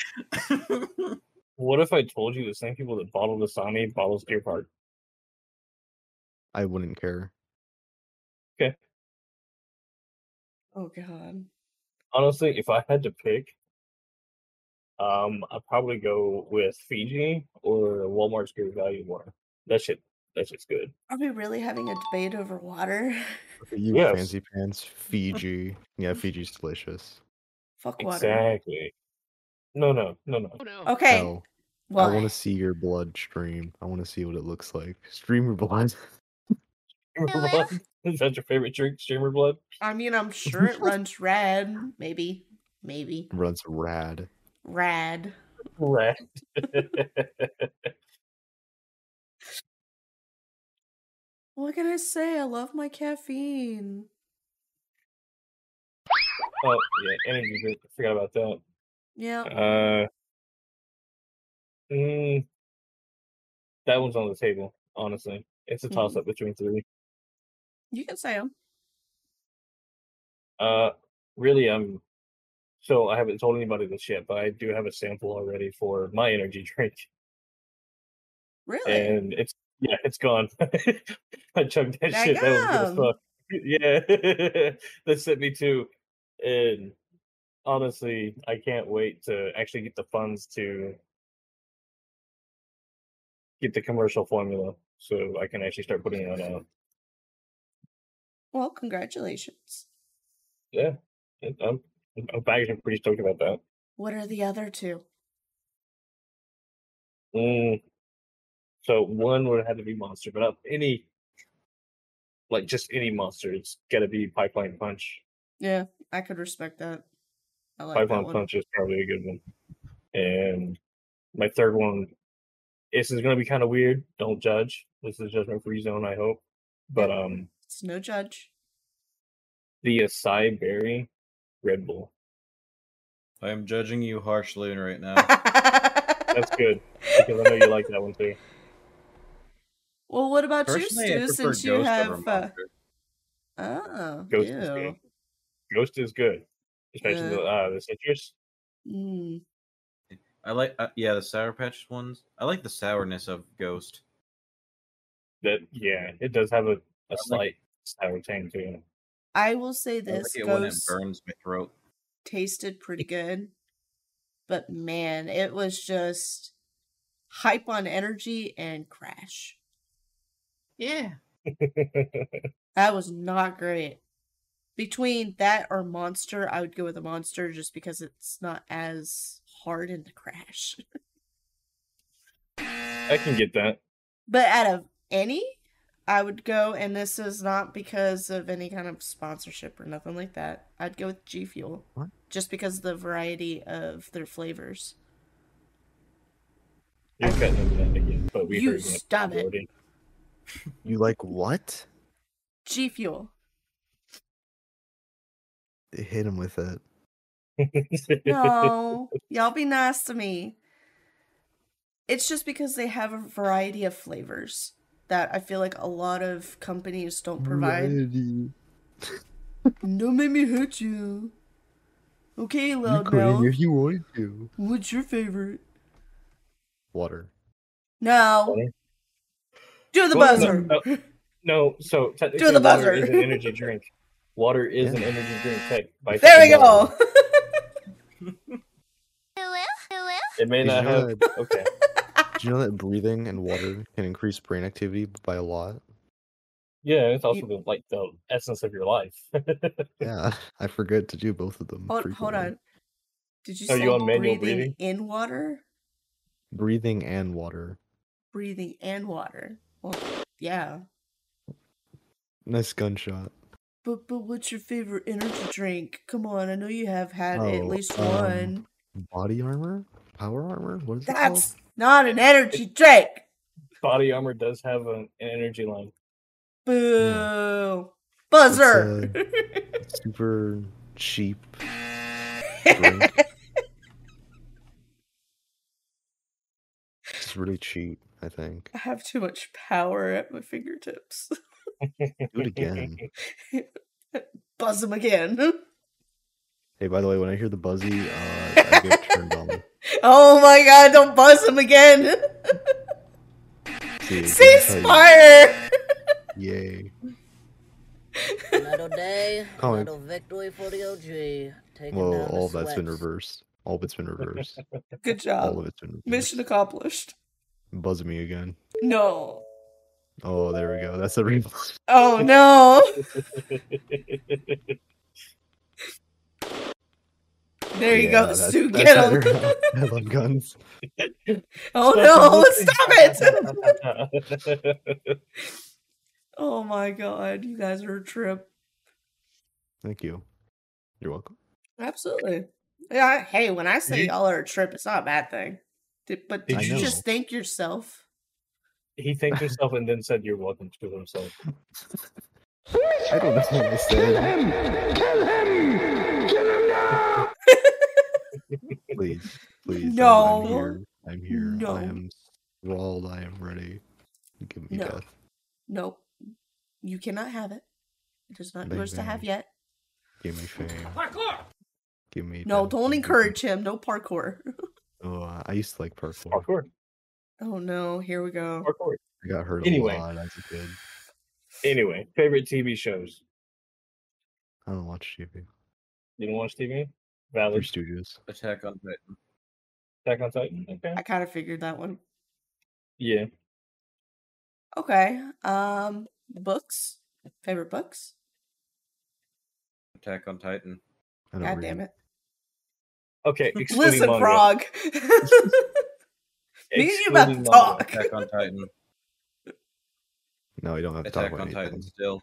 Speaker 1: What if I told you the same people that bottled Asani bottles Deer Park?
Speaker 3: I wouldn't care.
Speaker 2: Oh god.
Speaker 1: Honestly, if I had to pick, um, I'd probably go with Fiji or Walmart's Good Value water. That shit, that shit's good.
Speaker 2: Are we really having a debate over water?
Speaker 3: Okay, You
Speaker 1: Yes.
Speaker 3: fancy pants, Fiji. Yeah, Fiji's delicious.
Speaker 2: Fuck water.
Speaker 1: Exactly. No, no, no, no.
Speaker 6: Oh no.
Speaker 2: Okay.
Speaker 3: Hell,
Speaker 2: well,
Speaker 3: I want to see your blood stream. I want to see what it looks like. Stream your blood.
Speaker 1: Streamer blood? Is that your favorite drink, streamer blood?
Speaker 2: I mean, I'm sure it runs red. Maybe. Maybe.
Speaker 3: Runs rad.
Speaker 2: Rad.
Speaker 1: Right.
Speaker 2: What can I say? I love my caffeine.
Speaker 1: oh, yeah, energy drink. I forgot about that.
Speaker 2: Yeah.
Speaker 1: Uh, mm, that one's on the table. Honestly, it's a
Speaker 2: Mhm.
Speaker 1: toss up between three.
Speaker 2: You can say them.
Speaker 1: Uh, really, I'm. So I haven't told anybody this yet, but I do have a sample already for my energy drink,
Speaker 2: Really?
Speaker 1: and it's yeah, it's gone. I chugged that shit. That was good as
Speaker 2: Damn.
Speaker 1: fuck. Yeah, that sent me to, and honestly, I can't wait to actually get the funds to get the commercial formula, so I can actually start putting it uh, out.
Speaker 2: well, congratulations.
Speaker 1: yeah, it- I'm I'm actually pretty stoked about that.
Speaker 2: What are the other two?
Speaker 1: Mm. So one would have to be monster, but of any like just any monster, it's gotta be pipeline punch.
Speaker 2: Yeah, I could respect that. I like that
Speaker 1: pipeline
Speaker 2: one.
Speaker 1: punch is probably a good one. And my third one, this is gonna be kind of weird. Don't judge. This is judgment free zone. I hope, but um,
Speaker 2: It's no judge.
Speaker 1: the acai berry Red Bull.
Speaker 4: I am judging you harshly right now.
Speaker 2: That's
Speaker 1: That's good because I know you like that one too.
Speaker 2: Well, what about
Speaker 4: Personally, I
Speaker 2: you, Stu?
Speaker 4: prefer
Speaker 2: Since you
Speaker 4: Ghost over
Speaker 2: have, uh,
Speaker 4: Monster.
Speaker 2: oh,
Speaker 1: Ghost is
Speaker 2: ew.
Speaker 1: good. Ghost is good, especially
Speaker 2: Yeah.
Speaker 1: the uh, the citrus.
Speaker 2: Mm.
Speaker 4: I like, uh, yeah, the Sour Patch ones. I like the sourness of Ghost.
Speaker 1: That yeah, it does have a, a
Speaker 4: like-
Speaker 1: slight sour tang to it.
Speaker 2: I will say
Speaker 4: I like
Speaker 2: this
Speaker 4: it when it
Speaker 2: ghost
Speaker 4: burns my throat.
Speaker 2: tasted pretty good, but man, it was just hype on energy and crash.
Speaker 4: Yeah.
Speaker 2: That was not great. Between that or monster, I would go with a monster just because it's not as hard in the crash.
Speaker 1: I can get that.
Speaker 2: But out of any, I would go, and this is not because of any kind of sponsorship or nothing like that. I'd go with G Fuel
Speaker 3: What?
Speaker 2: just because of the variety of their flavors.
Speaker 1: You're cutting into that again, but we
Speaker 2: You
Speaker 1: heard that
Speaker 2: stop it.
Speaker 1: already.
Speaker 3: You like what?
Speaker 2: G Fuel.
Speaker 3: Hit him with it.
Speaker 2: No, y'all be nice to me. It's just because they have a variety of flavors that I feel like a lot of companies don't provide.
Speaker 3: Variety.
Speaker 2: Don't make me hurt you. Okay,
Speaker 3: You can if you want to.
Speaker 2: What's your favorite?
Speaker 3: Water.
Speaker 2: No.
Speaker 1: Water?
Speaker 2: Do the
Speaker 1: Well,
Speaker 2: buzzer.
Speaker 1: no, No, so technically,
Speaker 2: the
Speaker 1: water
Speaker 2: buzzer.
Speaker 1: is an energy drink. Water is
Speaker 3: Yeah.
Speaker 1: an energy drink. Tech, by
Speaker 2: there we
Speaker 1: technology.
Speaker 2: go.
Speaker 1: It may
Speaker 3: Did you,
Speaker 1: not
Speaker 3: know
Speaker 1: have.
Speaker 3: that,
Speaker 1: Okay,
Speaker 3: did you know that breathing and water can increase brain activity by a lot?
Speaker 1: yeah, it's also the, like the essence of your life.
Speaker 3: Yeah, I forget to do both of them.
Speaker 2: hold, hold
Speaker 3: frequently.
Speaker 2: on. Did you
Speaker 1: Are
Speaker 2: say
Speaker 1: you on manual
Speaker 2: breathing
Speaker 1: breathing?
Speaker 2: in water?
Speaker 3: Breathing and water.
Speaker 2: breathing and water. Well, yeah.
Speaker 3: Nice gunshot.
Speaker 2: But but what's your favorite energy drink? Come on, I know you have had at
Speaker 3: Oh,
Speaker 2: least
Speaker 3: um,
Speaker 2: one.
Speaker 3: Body armor? Power armor? What is
Speaker 2: That's not an energy drink.
Speaker 1: Body armor does have an, an energy line.
Speaker 2: Boo. Buzzer.
Speaker 3: uh, it called? Super cheap. drink. It's really cheap, I think.
Speaker 2: I have too much power at my fingertips.
Speaker 3: Do it again.
Speaker 2: Buzz them again.
Speaker 3: Hey, by the way, when I hear the buzzy, uh, I get turned on.
Speaker 2: oh my god, don't buzz them again.
Speaker 3: See, it
Speaker 2: Say
Speaker 3: doesn't tell
Speaker 2: smarter.
Speaker 3: you. Yay.
Speaker 7: Another day,
Speaker 3: Colin.
Speaker 7: another victory for the OG. Taking
Speaker 3: Whoa,
Speaker 7: down the
Speaker 3: all that's been
Speaker 7: sweats.
Speaker 3: reversed. All of it's been reversed.
Speaker 2: Good
Speaker 3: All of
Speaker 2: job.
Speaker 3: it's been reversed.
Speaker 2: Mission accomplished.
Speaker 3: Buzz me again.
Speaker 2: No.
Speaker 3: Oh, there we go. That's the replay.
Speaker 2: Oh no. There you
Speaker 3: Yeah,
Speaker 2: go.
Speaker 3: that's-
Speaker 2: Sue,
Speaker 3: that's
Speaker 2: get him.
Speaker 3: better. I love guns.
Speaker 2: Oh no, stop it.
Speaker 1: it!
Speaker 2: oh my god, you guys are a trip.
Speaker 3: Thank you. You're welcome.
Speaker 2: Absolutely. Yeah, I- hey, when I say
Speaker 1: you-
Speaker 2: y'all are a trip, it's not a bad thing. Did, but
Speaker 1: Did
Speaker 2: did you
Speaker 3: you-
Speaker 2: just thank yourself?
Speaker 1: he thanked himself and then said, "You're welcome" to himself.
Speaker 3: I don't know what I said. Please, please. I'm,
Speaker 2: No.
Speaker 3: I'm here. I'm here.
Speaker 2: No.
Speaker 3: I am thralled. I am ready. Give me
Speaker 2: No.
Speaker 3: death.
Speaker 2: Nope. You cannot have it. It is not
Speaker 3: Bang,
Speaker 2: yours to have
Speaker 3: bang.
Speaker 2: yet.
Speaker 3: Give me fame. Give me.
Speaker 2: No,
Speaker 3: death.
Speaker 2: don't
Speaker 3: Give me-
Speaker 2: encourage him. No parkour.
Speaker 3: Oh, uh, I used to like parkour.
Speaker 1: Parkour,
Speaker 2: Oh no, here we go.
Speaker 1: parkour.
Speaker 3: I got hurt a
Speaker 1: Anyway.
Speaker 3: lot as a kid.
Speaker 1: Anyway, favorite TV shows.
Speaker 3: I don't watch TV.
Speaker 1: You don't watch TV?
Speaker 3: They're
Speaker 1: Valid.
Speaker 3: Stooges.
Speaker 4: Attack on Titan.
Speaker 1: Attack on Titan. Okay.
Speaker 2: I kind of figured that one.
Speaker 1: Yeah.
Speaker 2: Okay. Um books. Favorite books?
Speaker 4: Attack on Titan.
Speaker 3: I don't
Speaker 2: God
Speaker 3: read.
Speaker 2: damn it.
Speaker 1: Okay. Excluding
Speaker 2: Listen,
Speaker 1: manga.
Speaker 2: Frog. me and you
Speaker 1: Excluding
Speaker 2: about to
Speaker 1: manga.
Speaker 2: talk.
Speaker 4: Attack on Titan.
Speaker 3: No, you don't have to talk
Speaker 4: Attack
Speaker 3: about
Speaker 4: on
Speaker 3: anything.
Speaker 4: Titan still.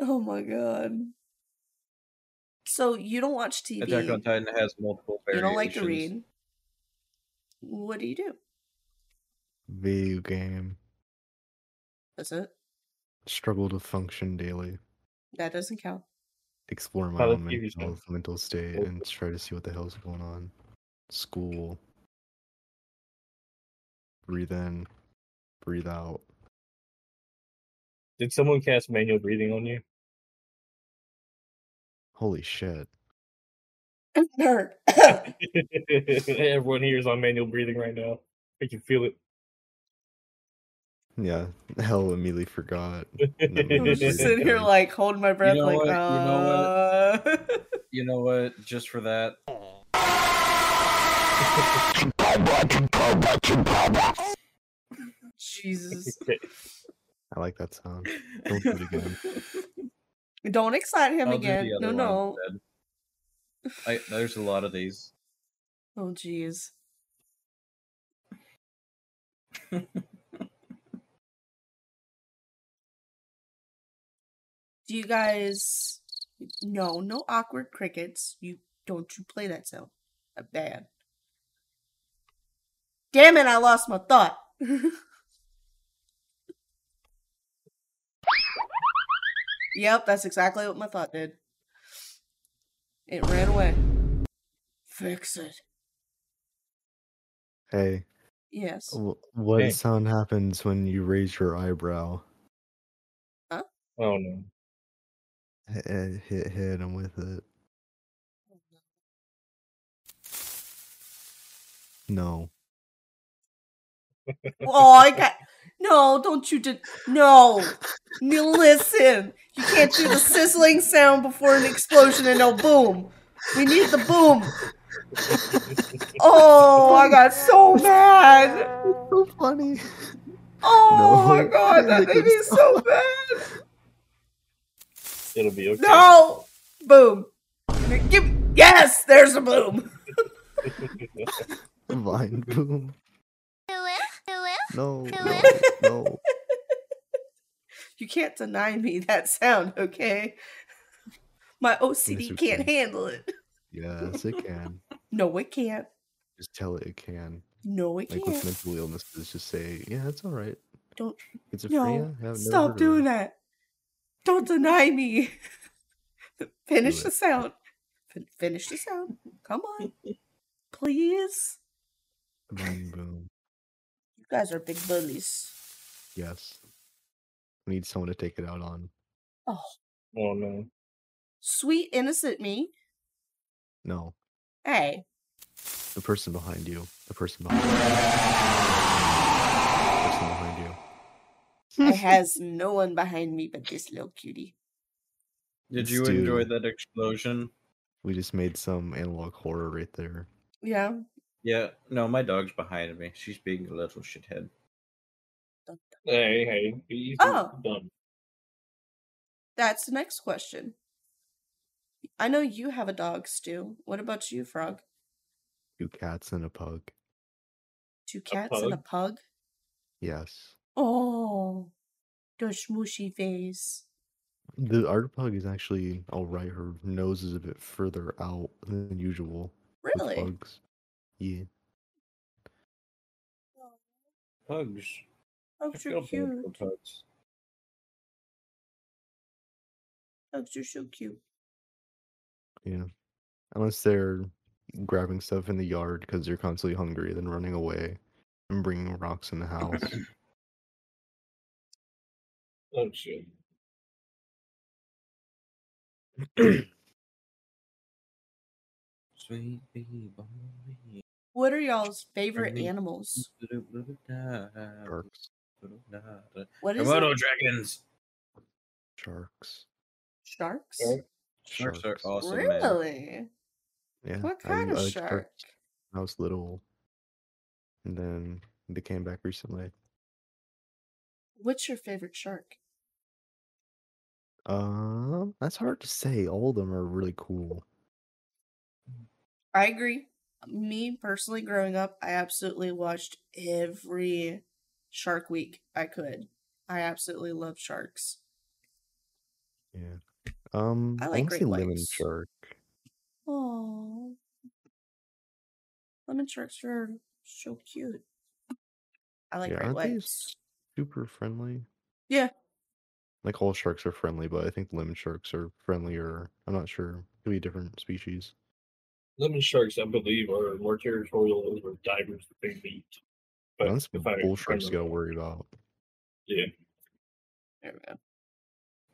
Speaker 2: Oh my god. So you don't watch TV.
Speaker 4: Attack on Titan has multiple
Speaker 2: you
Speaker 4: variations.
Speaker 2: don't like to read. What do you do?
Speaker 3: Video game.
Speaker 2: That's it.
Speaker 3: Struggle to function daily.
Speaker 2: That doesn't count.
Speaker 3: Explore my
Speaker 1: How
Speaker 3: own
Speaker 1: does TV
Speaker 3: mental,
Speaker 1: sound?
Speaker 3: mental state and try to see what the hell's going on. School. Breathe in. Breathe out.
Speaker 1: Did someone cast manual breathing on you?
Speaker 3: Holy shit.
Speaker 2: Nerd.
Speaker 1: Everyone here is on manual breathing right now. I can feel it.
Speaker 3: Yeah. Hell immediately forgot.
Speaker 2: I was just
Speaker 3: Breathing
Speaker 2: sitting here
Speaker 3: down.
Speaker 2: like holding my breath
Speaker 4: know
Speaker 2: like
Speaker 4: what? You know
Speaker 2: uh
Speaker 4: You know what? Just for that.
Speaker 2: Jesus.
Speaker 3: I like that sound. Don't do it again.
Speaker 2: Don't excite him
Speaker 4: I'll do
Speaker 2: again.
Speaker 4: the other
Speaker 2: No,
Speaker 4: one
Speaker 2: no.
Speaker 4: instead. I, there's a lot of these.
Speaker 2: Oh jeez. Do you guys no, no awkward crickets. You don't you play that sound. Uh, Bad. Damn it, I lost my thought. yep, that's exactly what my thought did. It ran away. Fix it.
Speaker 3: Hey,
Speaker 2: Yes.
Speaker 3: wh- what
Speaker 1: Hey.
Speaker 3: sound happens when you raise your eyebrow?
Speaker 1: Oh no.
Speaker 3: H- h- Hit, hit him with it. No.
Speaker 2: Oh, I got. No, don't you did. No, no. Listen, you can't do the sizzling sound before an explosion and no boom. We need the boom. Oh, I got so mad.
Speaker 3: so funny.
Speaker 2: Oh
Speaker 3: No.
Speaker 2: my god, that made me so bad.
Speaker 1: It'll be okay.
Speaker 2: No, boom. Give, yes, there's a boom.
Speaker 3: Vine boom.
Speaker 8: Hello?
Speaker 3: No, no,
Speaker 8: Hello?
Speaker 3: no.
Speaker 2: You can't deny me that sound, okay? My
Speaker 3: Yes,
Speaker 2: OCD
Speaker 3: we
Speaker 2: can't
Speaker 3: can.
Speaker 2: handle it.
Speaker 3: Yes, it can.
Speaker 2: No, it can't.
Speaker 3: Just tell it it can.
Speaker 2: No, it
Speaker 3: Like with
Speaker 2: can't.
Speaker 3: mental illnesses, just say, yeah, it's all right.
Speaker 2: Don't-
Speaker 3: Schizophrenia? I haven't never heard
Speaker 2: Stop
Speaker 3: of
Speaker 2: doing
Speaker 3: it.
Speaker 2: that. Don't deny me. Finish
Speaker 3: it.
Speaker 2: the sound. Fin- Finish the sound. Come on. Please.
Speaker 3: Boom, boom.
Speaker 2: You guys are big bullies.
Speaker 3: Yes. We need someone to take it out on.
Speaker 1: Oh no.
Speaker 2: Sweet, innocent me.
Speaker 3: No,
Speaker 2: Hey.
Speaker 3: the person behind you. The person behind you. The person behind you.
Speaker 2: it has no one behind me but this little cutie.
Speaker 4: Did
Speaker 3: Let's
Speaker 4: you
Speaker 3: do-
Speaker 4: enjoy that explosion?
Speaker 3: We just made some analog horror right there.
Speaker 2: Yeah.
Speaker 4: Yeah, no, my dog's behind me. She's being a little shithead.
Speaker 1: Hey, hey. He's
Speaker 2: Oh.
Speaker 1: dumb.
Speaker 2: That's the next question. I know you have a dog, Stu. What about you, Frog?
Speaker 3: Two cats and a pug.
Speaker 2: Two cats and a
Speaker 1: pug?
Speaker 2: pug?
Speaker 3: Yes.
Speaker 2: Oh, the smooshy face.
Speaker 3: The art pug is actually all right. Her nose is a bit further out than usual. with
Speaker 2: Really?
Speaker 3: Pugs. Yeah.
Speaker 1: Pugs. I
Speaker 2: Pugs
Speaker 1: feel
Speaker 2: are
Speaker 1: bad
Speaker 2: cute.
Speaker 1: for pugs.
Speaker 2: Pugs are so cute.
Speaker 3: Yeah. Unless they're grabbing stuff in the yard because they're constantly hungry, then running away and bringing rocks in the house.
Speaker 1: Oh shit.
Speaker 4: Sweet baby boy.
Speaker 2: What are y'all's favorite
Speaker 4: me.
Speaker 2: animals?
Speaker 3: sharks.
Speaker 2: What is
Speaker 4: Komodo
Speaker 2: it?
Speaker 4: dragons.
Speaker 3: Sharks.
Speaker 2: Sharks?
Speaker 1: Shark?
Speaker 4: Sharks are awesome. Man.
Speaker 2: Really?
Speaker 3: Yeah.
Speaker 2: What
Speaker 3: I-
Speaker 2: kind
Speaker 3: I
Speaker 2: of
Speaker 3: liked sharks
Speaker 2: shark?
Speaker 3: when I was little. And then they came back recently.
Speaker 2: What's your favorite shark?
Speaker 3: Um, that's hard to say. All of them are really cool.
Speaker 2: I agree. Me personally, growing up, I absolutely watched every Shark Week I could. I absolutely love sharks.
Speaker 3: Yeah. Um,
Speaker 2: I
Speaker 3: I
Speaker 2: like
Speaker 3: want to
Speaker 2: great
Speaker 3: say lemon
Speaker 2: whites.
Speaker 3: shark.
Speaker 2: Oh, lemon sharks are so cute. I like
Speaker 3: Yeah,
Speaker 2: great
Speaker 3: aren't they
Speaker 2: whites.
Speaker 3: Super friendly.
Speaker 2: Yeah.
Speaker 3: Like all sharks are friendly, but I think lemon sharks are friendlier. I'm not sure. Could be different species.
Speaker 1: Lemon sharks, I believe, are more territorial over divers than they eat.
Speaker 3: But that's
Speaker 1: if
Speaker 3: what
Speaker 1: I
Speaker 3: bull sharks you
Speaker 1: remember-
Speaker 3: gotta worry about.
Speaker 1: Yeah.
Speaker 2: There we go.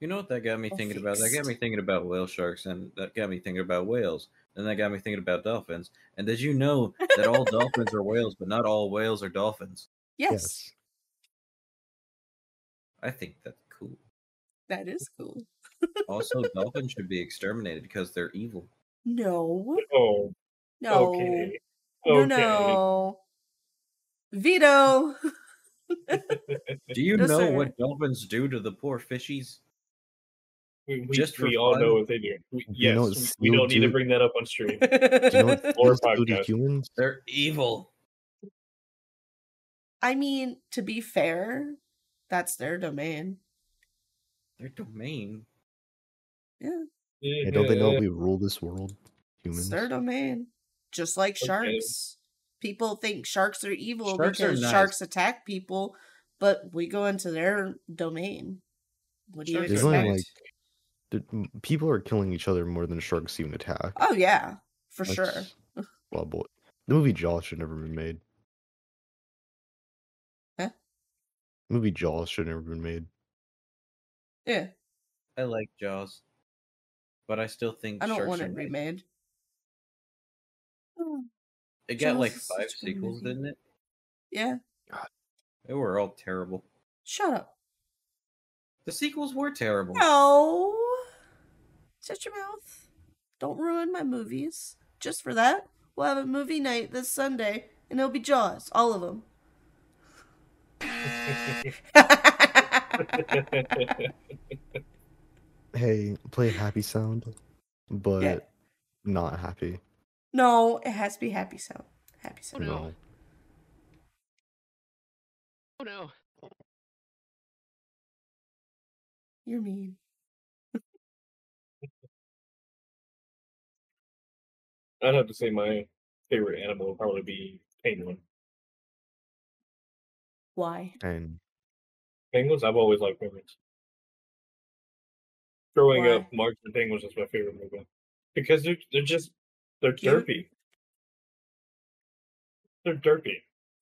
Speaker 4: You know what that got me
Speaker 2: All
Speaker 4: thinking about? That got
Speaker 2: fixed.
Speaker 4: me thinking about whale sharks, and that got me thinking about whales. Then that got me thinking about dolphins. And did you know that all dolphins are whales, but not all whales are dolphins?
Speaker 2: Yes,
Speaker 4: I think that's cool.
Speaker 2: that is cool.
Speaker 4: Also, dolphins should be exterminated because they're evil.
Speaker 2: No,
Speaker 1: Oh.
Speaker 2: no,
Speaker 1: Okay.
Speaker 2: no,
Speaker 1: Okay.
Speaker 2: no. Veto.
Speaker 4: Do you
Speaker 2: No,
Speaker 4: know
Speaker 2: sir.
Speaker 4: what dolphins do to the poor fishies?
Speaker 1: We, we,
Speaker 4: Just for
Speaker 1: we all
Speaker 4: fun?
Speaker 1: know what they do. We,
Speaker 3: You
Speaker 1: yes,
Speaker 3: know
Speaker 1: we
Speaker 3: what
Speaker 1: we don't need to
Speaker 3: Snoop
Speaker 1: bring that up on stream.
Speaker 3: Do you know what
Speaker 1: Or
Speaker 3: dolphins do to
Speaker 1: podcast.
Speaker 3: humans?
Speaker 4: They're evil.
Speaker 2: I mean, to be fair, that's their domain.
Speaker 4: They're domain.
Speaker 3: Hey, don't they know we rule this world? Humans.
Speaker 2: It's their domain. Just like
Speaker 1: Okay.
Speaker 2: sharks. People think sharks are evil
Speaker 4: Sharks are
Speaker 2: because
Speaker 4: nice.
Speaker 2: sharks attack people, but we go into their domain. What do you
Speaker 4: Sharks
Speaker 3: There's
Speaker 4: are
Speaker 2: expect?
Speaker 3: only like the- m- people are killing each other more than sharks even attack.
Speaker 2: Oh yeah, for sure.
Speaker 3: That's- Well, boy, the movie Jaws should never been made.
Speaker 2: Huh?
Speaker 3: Movie Jaws should never been made.
Speaker 2: Yeah,
Speaker 4: I like Jaws, but I still think
Speaker 2: I don't
Speaker 4: sharks
Speaker 2: want
Speaker 4: are
Speaker 2: it
Speaker 4: nice.
Speaker 2: remade.
Speaker 4: It got
Speaker 2: Jaws
Speaker 4: like
Speaker 2: is
Speaker 4: five
Speaker 2: such a good
Speaker 4: sequels,
Speaker 2: movie.
Speaker 4: didn't it?
Speaker 2: Yeah,
Speaker 4: They were all terrible.
Speaker 2: shut up.
Speaker 4: The sequels were terrible.
Speaker 2: Oh, No, shut your mouth. Don't ruin my movies. Just for that, we'll have a movie night this Sunday, and it'll be Jaws, all of them.
Speaker 3: Hey, play happy sound, but
Speaker 2: Yeah.
Speaker 3: not happy.
Speaker 2: No, it has to be happy sound. Happy sound.
Speaker 6: no.
Speaker 3: No.
Speaker 6: Oh no.
Speaker 2: You're mean.
Speaker 1: I'd have to say my favorite animal would probably be penguin.
Speaker 2: Why?
Speaker 3: And
Speaker 1: Penguins, I've always liked penguins. Growing up,
Speaker 2: Why?
Speaker 1: March and Penguins was my favorite movie because they're they're just they're
Speaker 2: Cute.
Speaker 1: derpy. They're derpy.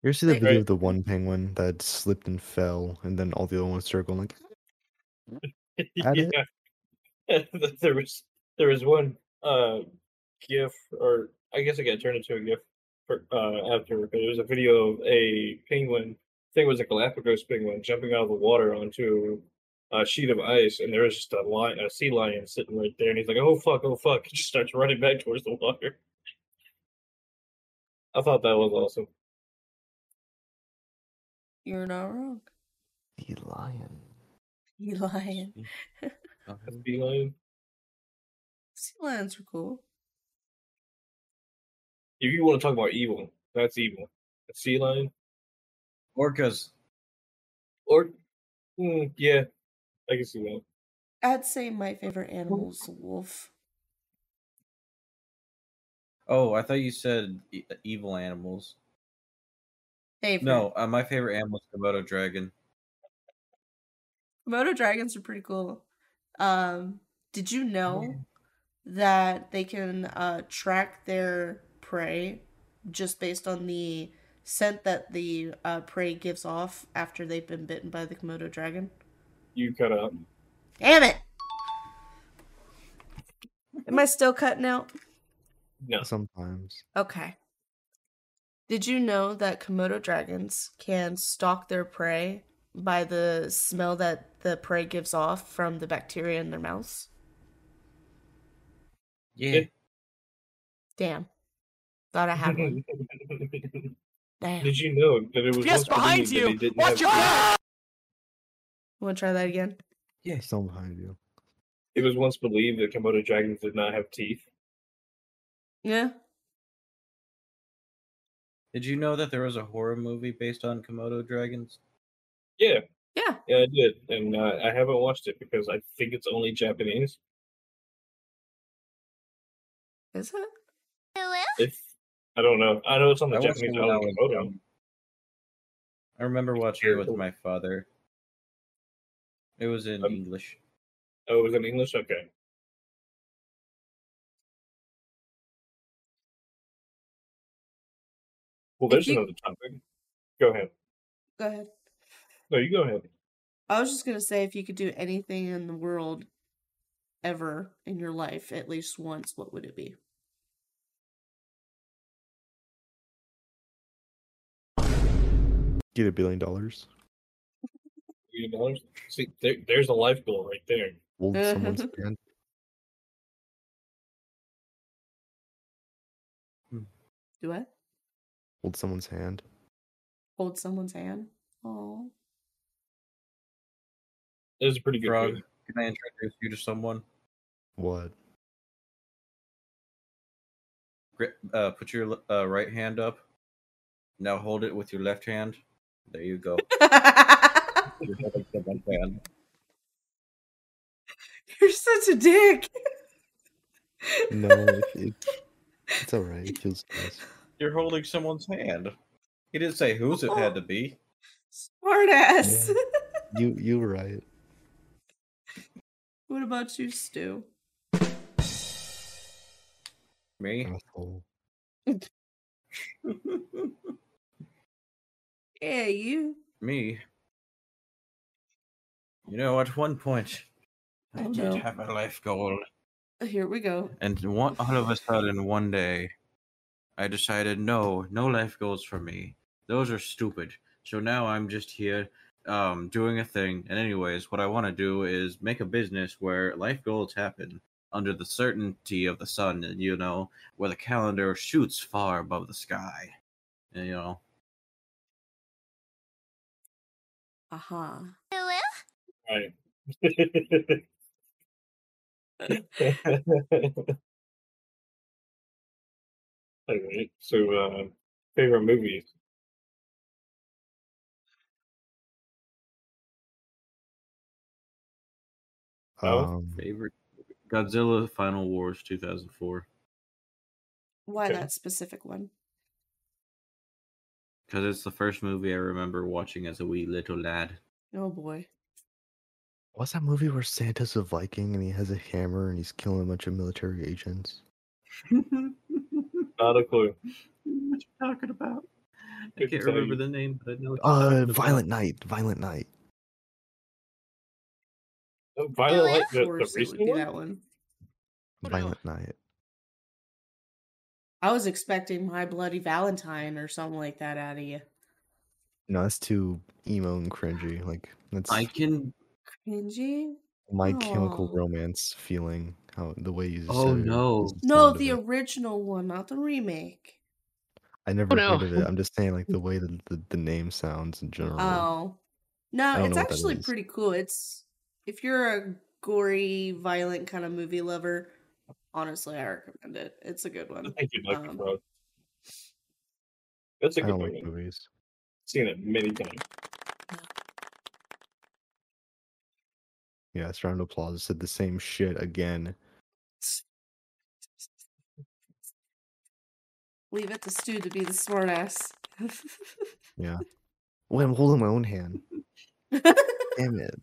Speaker 3: you ever see the
Speaker 2: Wait.
Speaker 3: video
Speaker 1: Right.
Speaker 3: of the one penguin that slipped and fell, and then all the other ones circling like, At it?
Speaker 1: yeah. there was there was one uh gif or I guess it got turned into a gif for uh after but it was a video of a penguin I think it was a Galapagos penguin jumping out of the water onto a sheet of ice and there was just a lion a sea lion sitting right there and he's like, Oh fuck, oh fuck, he just starts running back towards the water. I thought that was awesome.
Speaker 2: You're not wrong.
Speaker 4: Sea lion.
Speaker 2: You lion.
Speaker 1: That's sea lion.
Speaker 2: Sea lions are cool.
Speaker 1: If you want to talk about evil, that's evil. A sea lion.
Speaker 4: Orcas.
Speaker 1: Or, mm, yeah, I can see that.
Speaker 2: I'd say my favorite animal is the wolf.
Speaker 4: Oh, I thought you said e- evil animals.
Speaker 2: Favorite.
Speaker 4: No, uh, my favorite animal is Komodo dragon.
Speaker 2: Moto dragons are pretty cool. Um, did you know that they can uh, track their prey just based on the scent that the uh, prey gives off after they've been bitten by the Komodo dragon?
Speaker 1: You cut out.
Speaker 2: Damn it! Am I still cutting out?
Speaker 1: No.
Speaker 3: sometimes.
Speaker 2: Okay. Did you know that Komodo dragons can stalk their prey by the smell that the prey gives off from the bacteria in their mouths?
Speaker 4: Yeah.
Speaker 2: Damn. Thought I had one. Damn.
Speaker 1: Did you know that it was
Speaker 6: Yes,
Speaker 1: once believed
Speaker 6: behind
Speaker 1: that they
Speaker 6: you.
Speaker 1: didn't
Speaker 6: Watch
Speaker 1: have
Speaker 6: your back.
Speaker 2: Want to try that again?
Speaker 4: Yes.
Speaker 3: Still behind you.
Speaker 1: It was once believed that Komodo dragons did not have teeth.
Speaker 2: Yeah.
Speaker 4: Did you know that there was a horror movie based on Komodo dragons?
Speaker 1: Yeah,
Speaker 2: Yeah.
Speaker 1: yeah, I did, and uh, I haven't watched it because I think it's only Japanese.
Speaker 2: Is it?
Speaker 1: If I don't know, I know it's on
Speaker 4: I
Speaker 1: the
Speaker 4: watched it
Speaker 1: Japanese. I
Speaker 4: when I
Speaker 1: don't
Speaker 4: was
Speaker 1: know.
Speaker 4: young. I remember watching it with my father. It was in
Speaker 1: Um,
Speaker 4: English.
Speaker 1: Oh, it was in English. Okay. Well,
Speaker 2: If
Speaker 1: there's
Speaker 2: you-
Speaker 1: another topic. Go ahead.
Speaker 2: Go ahead.
Speaker 1: No, you go ahead.
Speaker 2: I was just going to say if you could do anything in the world ever in your life, at least once, what would it be?
Speaker 3: Get a billion dollars.
Speaker 1: million dollars. See, there, there's a life goal right there.
Speaker 3: Hold someone's
Speaker 2: Mm-hmm.
Speaker 3: hand.
Speaker 2: Do I?
Speaker 3: Hold someone's hand.
Speaker 2: Hold someone's hand? Oh.
Speaker 1: There's a pretty good
Speaker 4: Frog,
Speaker 1: feeling.
Speaker 4: can I introduce you to someone?
Speaker 3: What?
Speaker 4: Gri- Uh, put your le- uh, right hand up. Now hold it with your left hand. There you go. You're holding someone's hand.
Speaker 2: You're such a dick.
Speaker 3: No, it, it, it's all right. It feels nice.
Speaker 4: You're holding someone's hand. He didn't say whose it had to be.
Speaker 2: Smart ass.
Speaker 3: Yeah. You you were right.
Speaker 2: What about you, Stu?
Speaker 4: Me.
Speaker 3: Oh. Asshole.
Speaker 2: Yeah, you.
Speaker 4: me. You know, at one point, I
Speaker 2: Oh,
Speaker 4: did
Speaker 2: no.
Speaker 4: have a life goal,
Speaker 2: Oh, Here we go.
Speaker 4: and one, all of a sudden, one day, I decided, no, no life goals for me. Those are stupid. So now I'm just here, um, doing a thing. And anyways, what I want to do is make a business where life goals happen under the certainty of the sun, and you know, where the calendar shoots far above the sky. And, you know,
Speaker 2: Aha. Uh-huh.
Speaker 1: Right. All right. So, uh, favorite movies. Oh.
Speaker 3: Um,
Speaker 4: Favorite Godzilla Final Wars 2004
Speaker 2: Why
Speaker 1: Okay.
Speaker 2: that specific one?
Speaker 4: because it's the first movie I remember watching as a wee little lad.
Speaker 2: Oh boy.
Speaker 3: what's that movie where Santa's a Viking and he has a hammer and he's killing a bunch of military agents?
Speaker 1: Not a clue.
Speaker 4: what you talking about? I
Speaker 1: Couldn't
Speaker 4: can't
Speaker 1: tell
Speaker 4: remember
Speaker 1: you.
Speaker 4: the name, but I know. it's
Speaker 3: Uh,
Speaker 4: something about-
Speaker 3: Violent Night. Violent Night.
Speaker 1: Uh,
Speaker 2: Oh,
Speaker 1: Violet Light, the,
Speaker 2: of
Speaker 1: the
Speaker 2: course it would
Speaker 1: recent
Speaker 2: be
Speaker 1: one?
Speaker 2: that one.
Speaker 6: Oh, no.
Speaker 3: Violent Night.
Speaker 2: I was expecting my bloody Valentine or something like that out of you.
Speaker 3: No, that's too emo and cringy. Like that's
Speaker 4: I can.
Speaker 2: Cringy?
Speaker 3: my chemical
Speaker 2: Aw.
Speaker 3: romance feeling. How the way you just
Speaker 4: Oh,
Speaker 3: said it,
Speaker 4: no.
Speaker 3: just the
Speaker 2: No,
Speaker 3: sound of
Speaker 2: the
Speaker 3: it.
Speaker 2: original one, not the remake.
Speaker 3: I never
Speaker 6: no.
Speaker 3: heard of it. I'm just saying like the way that the, the name sounds in general.
Speaker 2: Oh. No,
Speaker 3: don't
Speaker 2: it's
Speaker 3: know what that
Speaker 2: actually
Speaker 3: is.
Speaker 2: pretty cool. It's if you're a gory, violent kind of movie lover, honestly I recommend it. It's a good
Speaker 1: I
Speaker 2: one.
Speaker 1: think you'd like
Speaker 2: Um,
Speaker 1: it, bro. That's a
Speaker 3: I
Speaker 1: good
Speaker 3: don't
Speaker 1: one.
Speaker 3: like movies.
Speaker 1: Seen it many times.
Speaker 3: Yes, round of applause. Said the same shit again.
Speaker 2: Leave it to Stu to be the smartass.
Speaker 3: Wait, I'm holding my own hand. Damn it.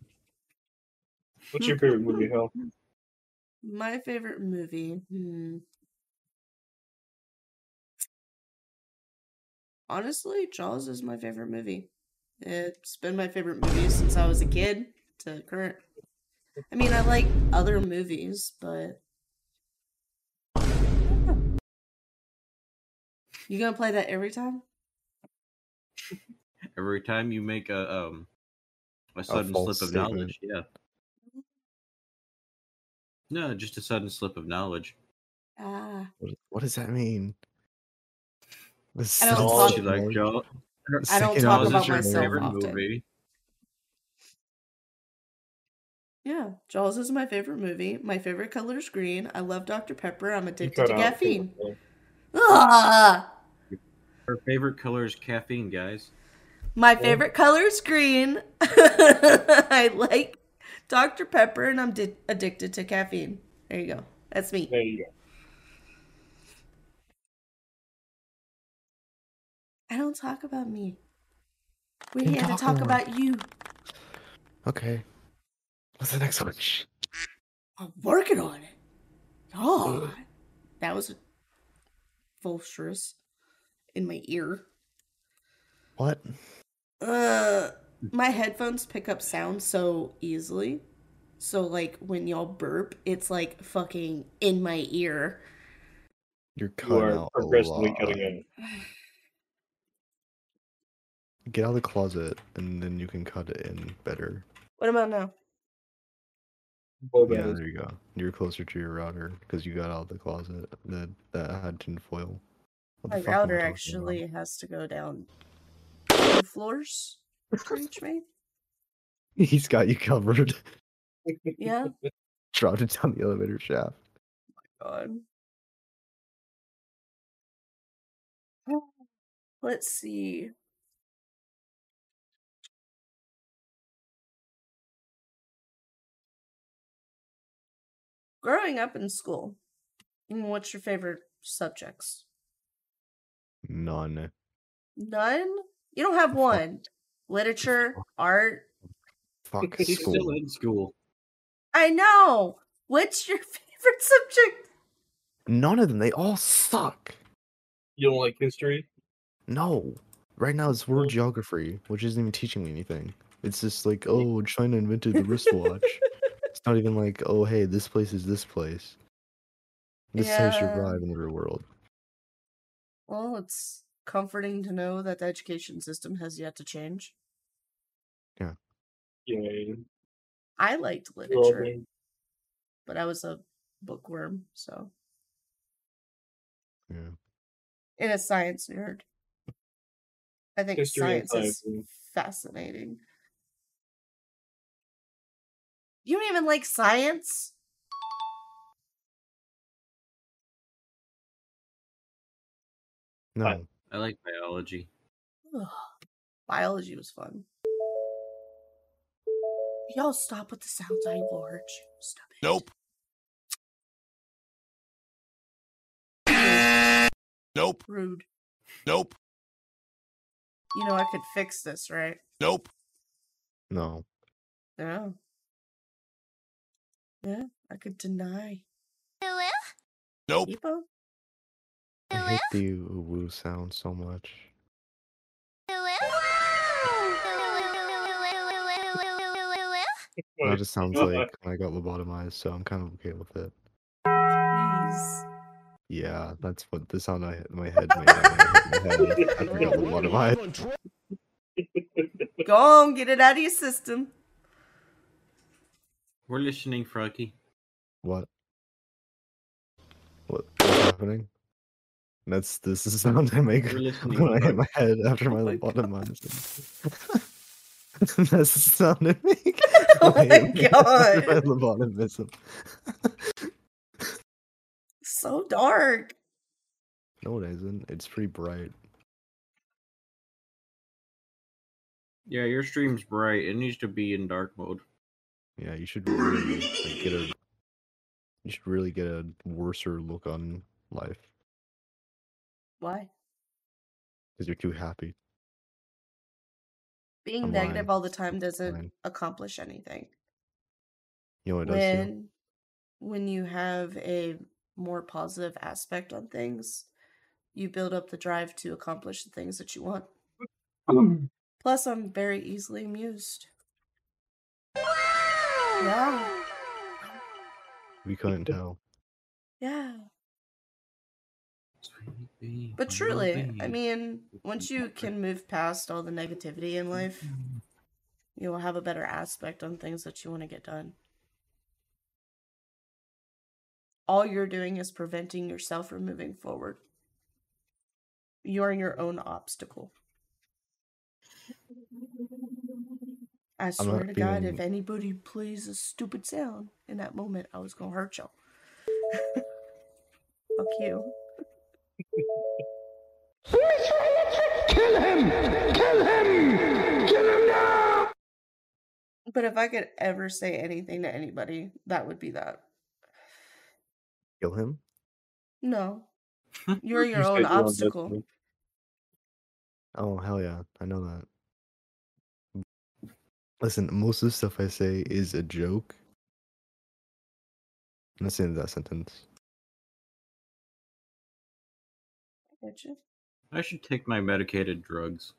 Speaker 1: What's
Speaker 2: Hmm.
Speaker 1: your favorite movie, Hell?
Speaker 2: My favorite movie. Hmm. Honestly, Jaws is my favorite movie. It's been my favorite movie since I was a kid to current. I mean, I like other movies, but you gonna play that every time?
Speaker 4: Every time you make a um a sudden slip of
Speaker 3: false statement.
Speaker 4: knowledge, yeah. No, just a sudden slip of knowledge.
Speaker 2: Ah,
Speaker 3: What, what does that mean? The
Speaker 2: I don't
Speaker 3: second
Speaker 2: talk-
Speaker 3: Oh, knowledge-
Speaker 4: She like Jaws.
Speaker 3: the
Speaker 2: I don't
Speaker 3: second
Speaker 2: talk
Speaker 4: Jaws
Speaker 3: knowledge
Speaker 2: about
Speaker 4: is
Speaker 3: is
Speaker 4: your
Speaker 2: myself
Speaker 4: favorite
Speaker 2: often.
Speaker 4: movie.
Speaker 2: yeah. Jaws is my favorite movie. My favorite color is green. I love Dr Pepper. I'm
Speaker 1: You
Speaker 2: addicted
Speaker 1: cut
Speaker 2: to
Speaker 1: out.
Speaker 2: caffeine. Ah.
Speaker 4: Her favorite color is caffeine, guys.
Speaker 2: My favorite color is green. I like Dr. Pepper and I'm di- addicted to caffeine. There you go. That's me.
Speaker 1: There you go.
Speaker 2: I don't talk about me. We're
Speaker 3: You
Speaker 2: here to
Speaker 3: talk
Speaker 2: talk
Speaker 3: more.
Speaker 2: about you.
Speaker 3: Okay. What's the next one?
Speaker 2: I'm working on it. God. That was vulturous in my ear.
Speaker 3: What?
Speaker 2: Uh, my headphones pick up sound so easily. So, like, when y'all burp, it's like fucking in my ear.
Speaker 3: You're
Speaker 1: You
Speaker 3: cutting
Speaker 1: are
Speaker 3: out a
Speaker 1: progressively
Speaker 3: lot.
Speaker 1: cutting in.
Speaker 3: Get out of the closet, and then you can cut it in better.
Speaker 2: What about now?
Speaker 1: Well,
Speaker 3: Yeah,
Speaker 1: then,
Speaker 3: there you go. You're closer to your router because you got out of the closet that that had tinfoil. What the
Speaker 2: My
Speaker 3: fuck
Speaker 2: router
Speaker 3: am I talking about?
Speaker 2: actually has to go down two floors to reach me.
Speaker 3: He's got you covered.
Speaker 2: Yeah.
Speaker 3: Dropped it down the elevator shaft.
Speaker 2: God. Let's see. Growing up in school, mm, what's your favorite subjects?
Speaker 3: None.
Speaker 2: None? You don't have one. Literature, art.
Speaker 3: Fuck
Speaker 4: She's still
Speaker 3: school.
Speaker 4: in school.
Speaker 2: I know. What's your favorite subject?
Speaker 3: None of them. They all suck.
Speaker 1: you don't like history?
Speaker 3: No. Right now it's world geography, which isn't even teaching me anything. It's just like, oh, China invented the wristwatch. it's not even like, oh, hey, this place is this place. This is
Speaker 2: Yeah.
Speaker 3: your ride in the real world.
Speaker 2: Well, it's comforting to know that the education system has yet to change.
Speaker 1: Yeah.
Speaker 2: I liked
Speaker 1: Well,
Speaker 2: literature,
Speaker 1: then,
Speaker 2: but I was a bookworm, so
Speaker 3: Yeah.
Speaker 2: and a science nerd. I think
Speaker 1: History and
Speaker 2: science is
Speaker 1: science.
Speaker 2: fascinating. You don't even like science?
Speaker 3: No.
Speaker 4: I like biology.
Speaker 2: Biology was fun. Y'all stop with the sounds I large. Stop it.
Speaker 5: Nope. Nope.
Speaker 2: Rude.
Speaker 5: Nope.
Speaker 2: You know I could fix this, right?
Speaker 5: Nope.
Speaker 3: No.
Speaker 2: No. Yeah, I could deny.
Speaker 8: Hello?
Speaker 5: Nope.
Speaker 2: Hippo?
Speaker 3: I hate the woo sound so much.
Speaker 8: Hello?
Speaker 3: That just sounds like when I got lobotomized, so I'm kind of okay with it.
Speaker 2: Please.
Speaker 3: Yeah, that's what the sound I hit my head made. when I hit my head after I got lobotomized.
Speaker 2: Go on, get it out of your system.
Speaker 4: We're listening, Frankie.
Speaker 3: What? What? What's happening? That's this is the sound I make
Speaker 4: We're listening,
Speaker 3: when I hit
Speaker 4: Frankie.
Speaker 3: my head after my
Speaker 4: Oh my God.
Speaker 3: lobotomization. That's the sound I make.
Speaker 2: Oh
Speaker 3: when I hit
Speaker 2: my
Speaker 3: my head after
Speaker 2: God.
Speaker 3: My lobotomism.
Speaker 2: So dark.
Speaker 3: no, it isn't. It's pretty bright.
Speaker 4: Yeah, your stream's bright. It needs to be in dark mode.
Speaker 3: Yeah, you should really like, get a. You should really get a worser look on life
Speaker 2: Why?
Speaker 3: because you're too happy.
Speaker 2: Being
Speaker 3: I'm
Speaker 2: negative
Speaker 3: lying.
Speaker 2: all the time
Speaker 3: It's
Speaker 2: doesn't
Speaker 3: fine.
Speaker 2: accomplish anything.
Speaker 3: You know what Oh, it does?
Speaker 2: when
Speaker 3: Too?
Speaker 2: when you have a more positive aspect on things, you build up the drive to accomplish the things that you want. Plus, I'm very easily amused. Yeah.
Speaker 3: We couldn't tell.
Speaker 2: Yeah. But truly, I mean, once you can move past all the negativity in life, you will have a better aspect on things that you want to get done. All you're doing is preventing yourself from moving forward. You're your own obstacle. I swear to God, if
Speaker 3: being-
Speaker 2: anybody plays a stupid sound in that moment, I was gonna hurt y'all. Fuck you. But if I could ever say anything to anybody, that would be that.
Speaker 3: Kill him?
Speaker 2: No. You're your own obstacle.
Speaker 3: Oh hell yeah, I know that. Listen, most of the stuff I say is a joke. And That's the end of that sentence.
Speaker 2: Get you?
Speaker 4: I should take my medicated drugs.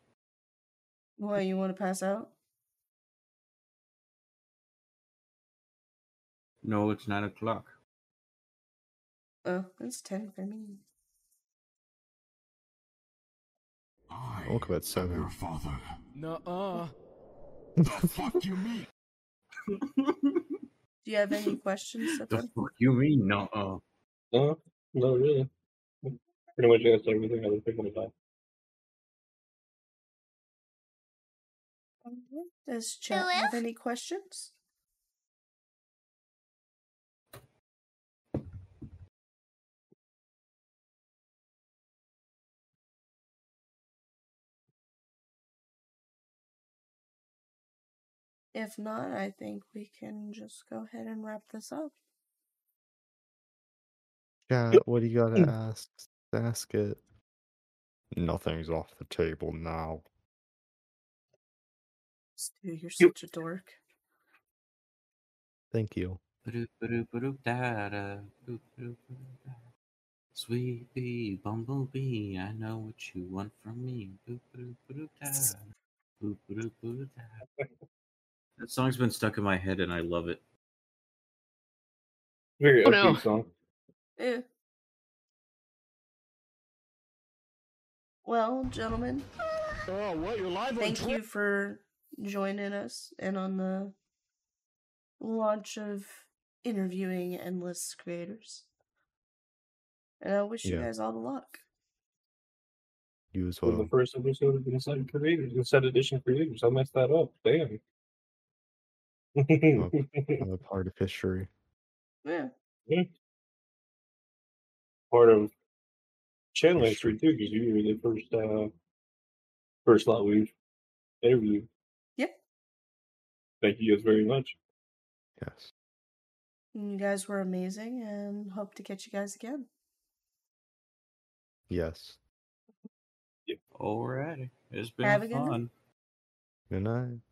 Speaker 2: Why you want to pass out?
Speaker 4: No, it's nine o'clock.
Speaker 2: Oh, it's ten for me.
Speaker 5: I
Speaker 3: Woke up at
Speaker 5: am
Speaker 3: seven.
Speaker 5: your father.
Speaker 6: Nuh-uh.
Speaker 5: The fuck you mean?
Speaker 2: Do you have any questions?
Speaker 4: The
Speaker 2: Stefan?
Speaker 4: fuck you mean? No. Uh,
Speaker 1: No, no, really. Pretty much that's everything I was thinking about.
Speaker 2: Mhm. Does chat
Speaker 8: Hello?
Speaker 2: have any questions? If not, I think we can just go ahead and wrap this up.
Speaker 3: Yeah, what do you gotta ask? Ask it. Nothing's off the table now.
Speaker 2: Stu, you're
Speaker 1: Yep.
Speaker 2: such a dork.
Speaker 3: Thank you.
Speaker 4: Sweet bee, bumblebee, I know what you want from me. That song's been stuck in my head and I love it.
Speaker 1: Very
Speaker 6: Oh,
Speaker 1: upbeat
Speaker 6: no.
Speaker 1: song.
Speaker 2: Eh. Well, gentlemen,
Speaker 5: Oh, what? You're live
Speaker 2: thank you for joining us and on the launch of interviewing endless creators. And I wish you
Speaker 3: Yeah.
Speaker 2: guys all the luck.
Speaker 3: You as
Speaker 1: Well,
Speaker 3: well.
Speaker 1: the first episode of Inside Creators, Inside Edition Creators. I messed that up. Damn.
Speaker 3: I'm a part of history.
Speaker 2: Yeah.
Speaker 1: Part of channel
Speaker 3: That's
Speaker 1: history too, because you were the first uh first lot we interviewed.
Speaker 2: Yep.
Speaker 1: Thank you guys very much.
Speaker 3: Yes.
Speaker 2: You guys were amazing and hope to catch you guys again.
Speaker 3: Yes.
Speaker 4: Alrighty. It's been
Speaker 2: Have a good night.
Speaker 4: fun.
Speaker 3: Good night.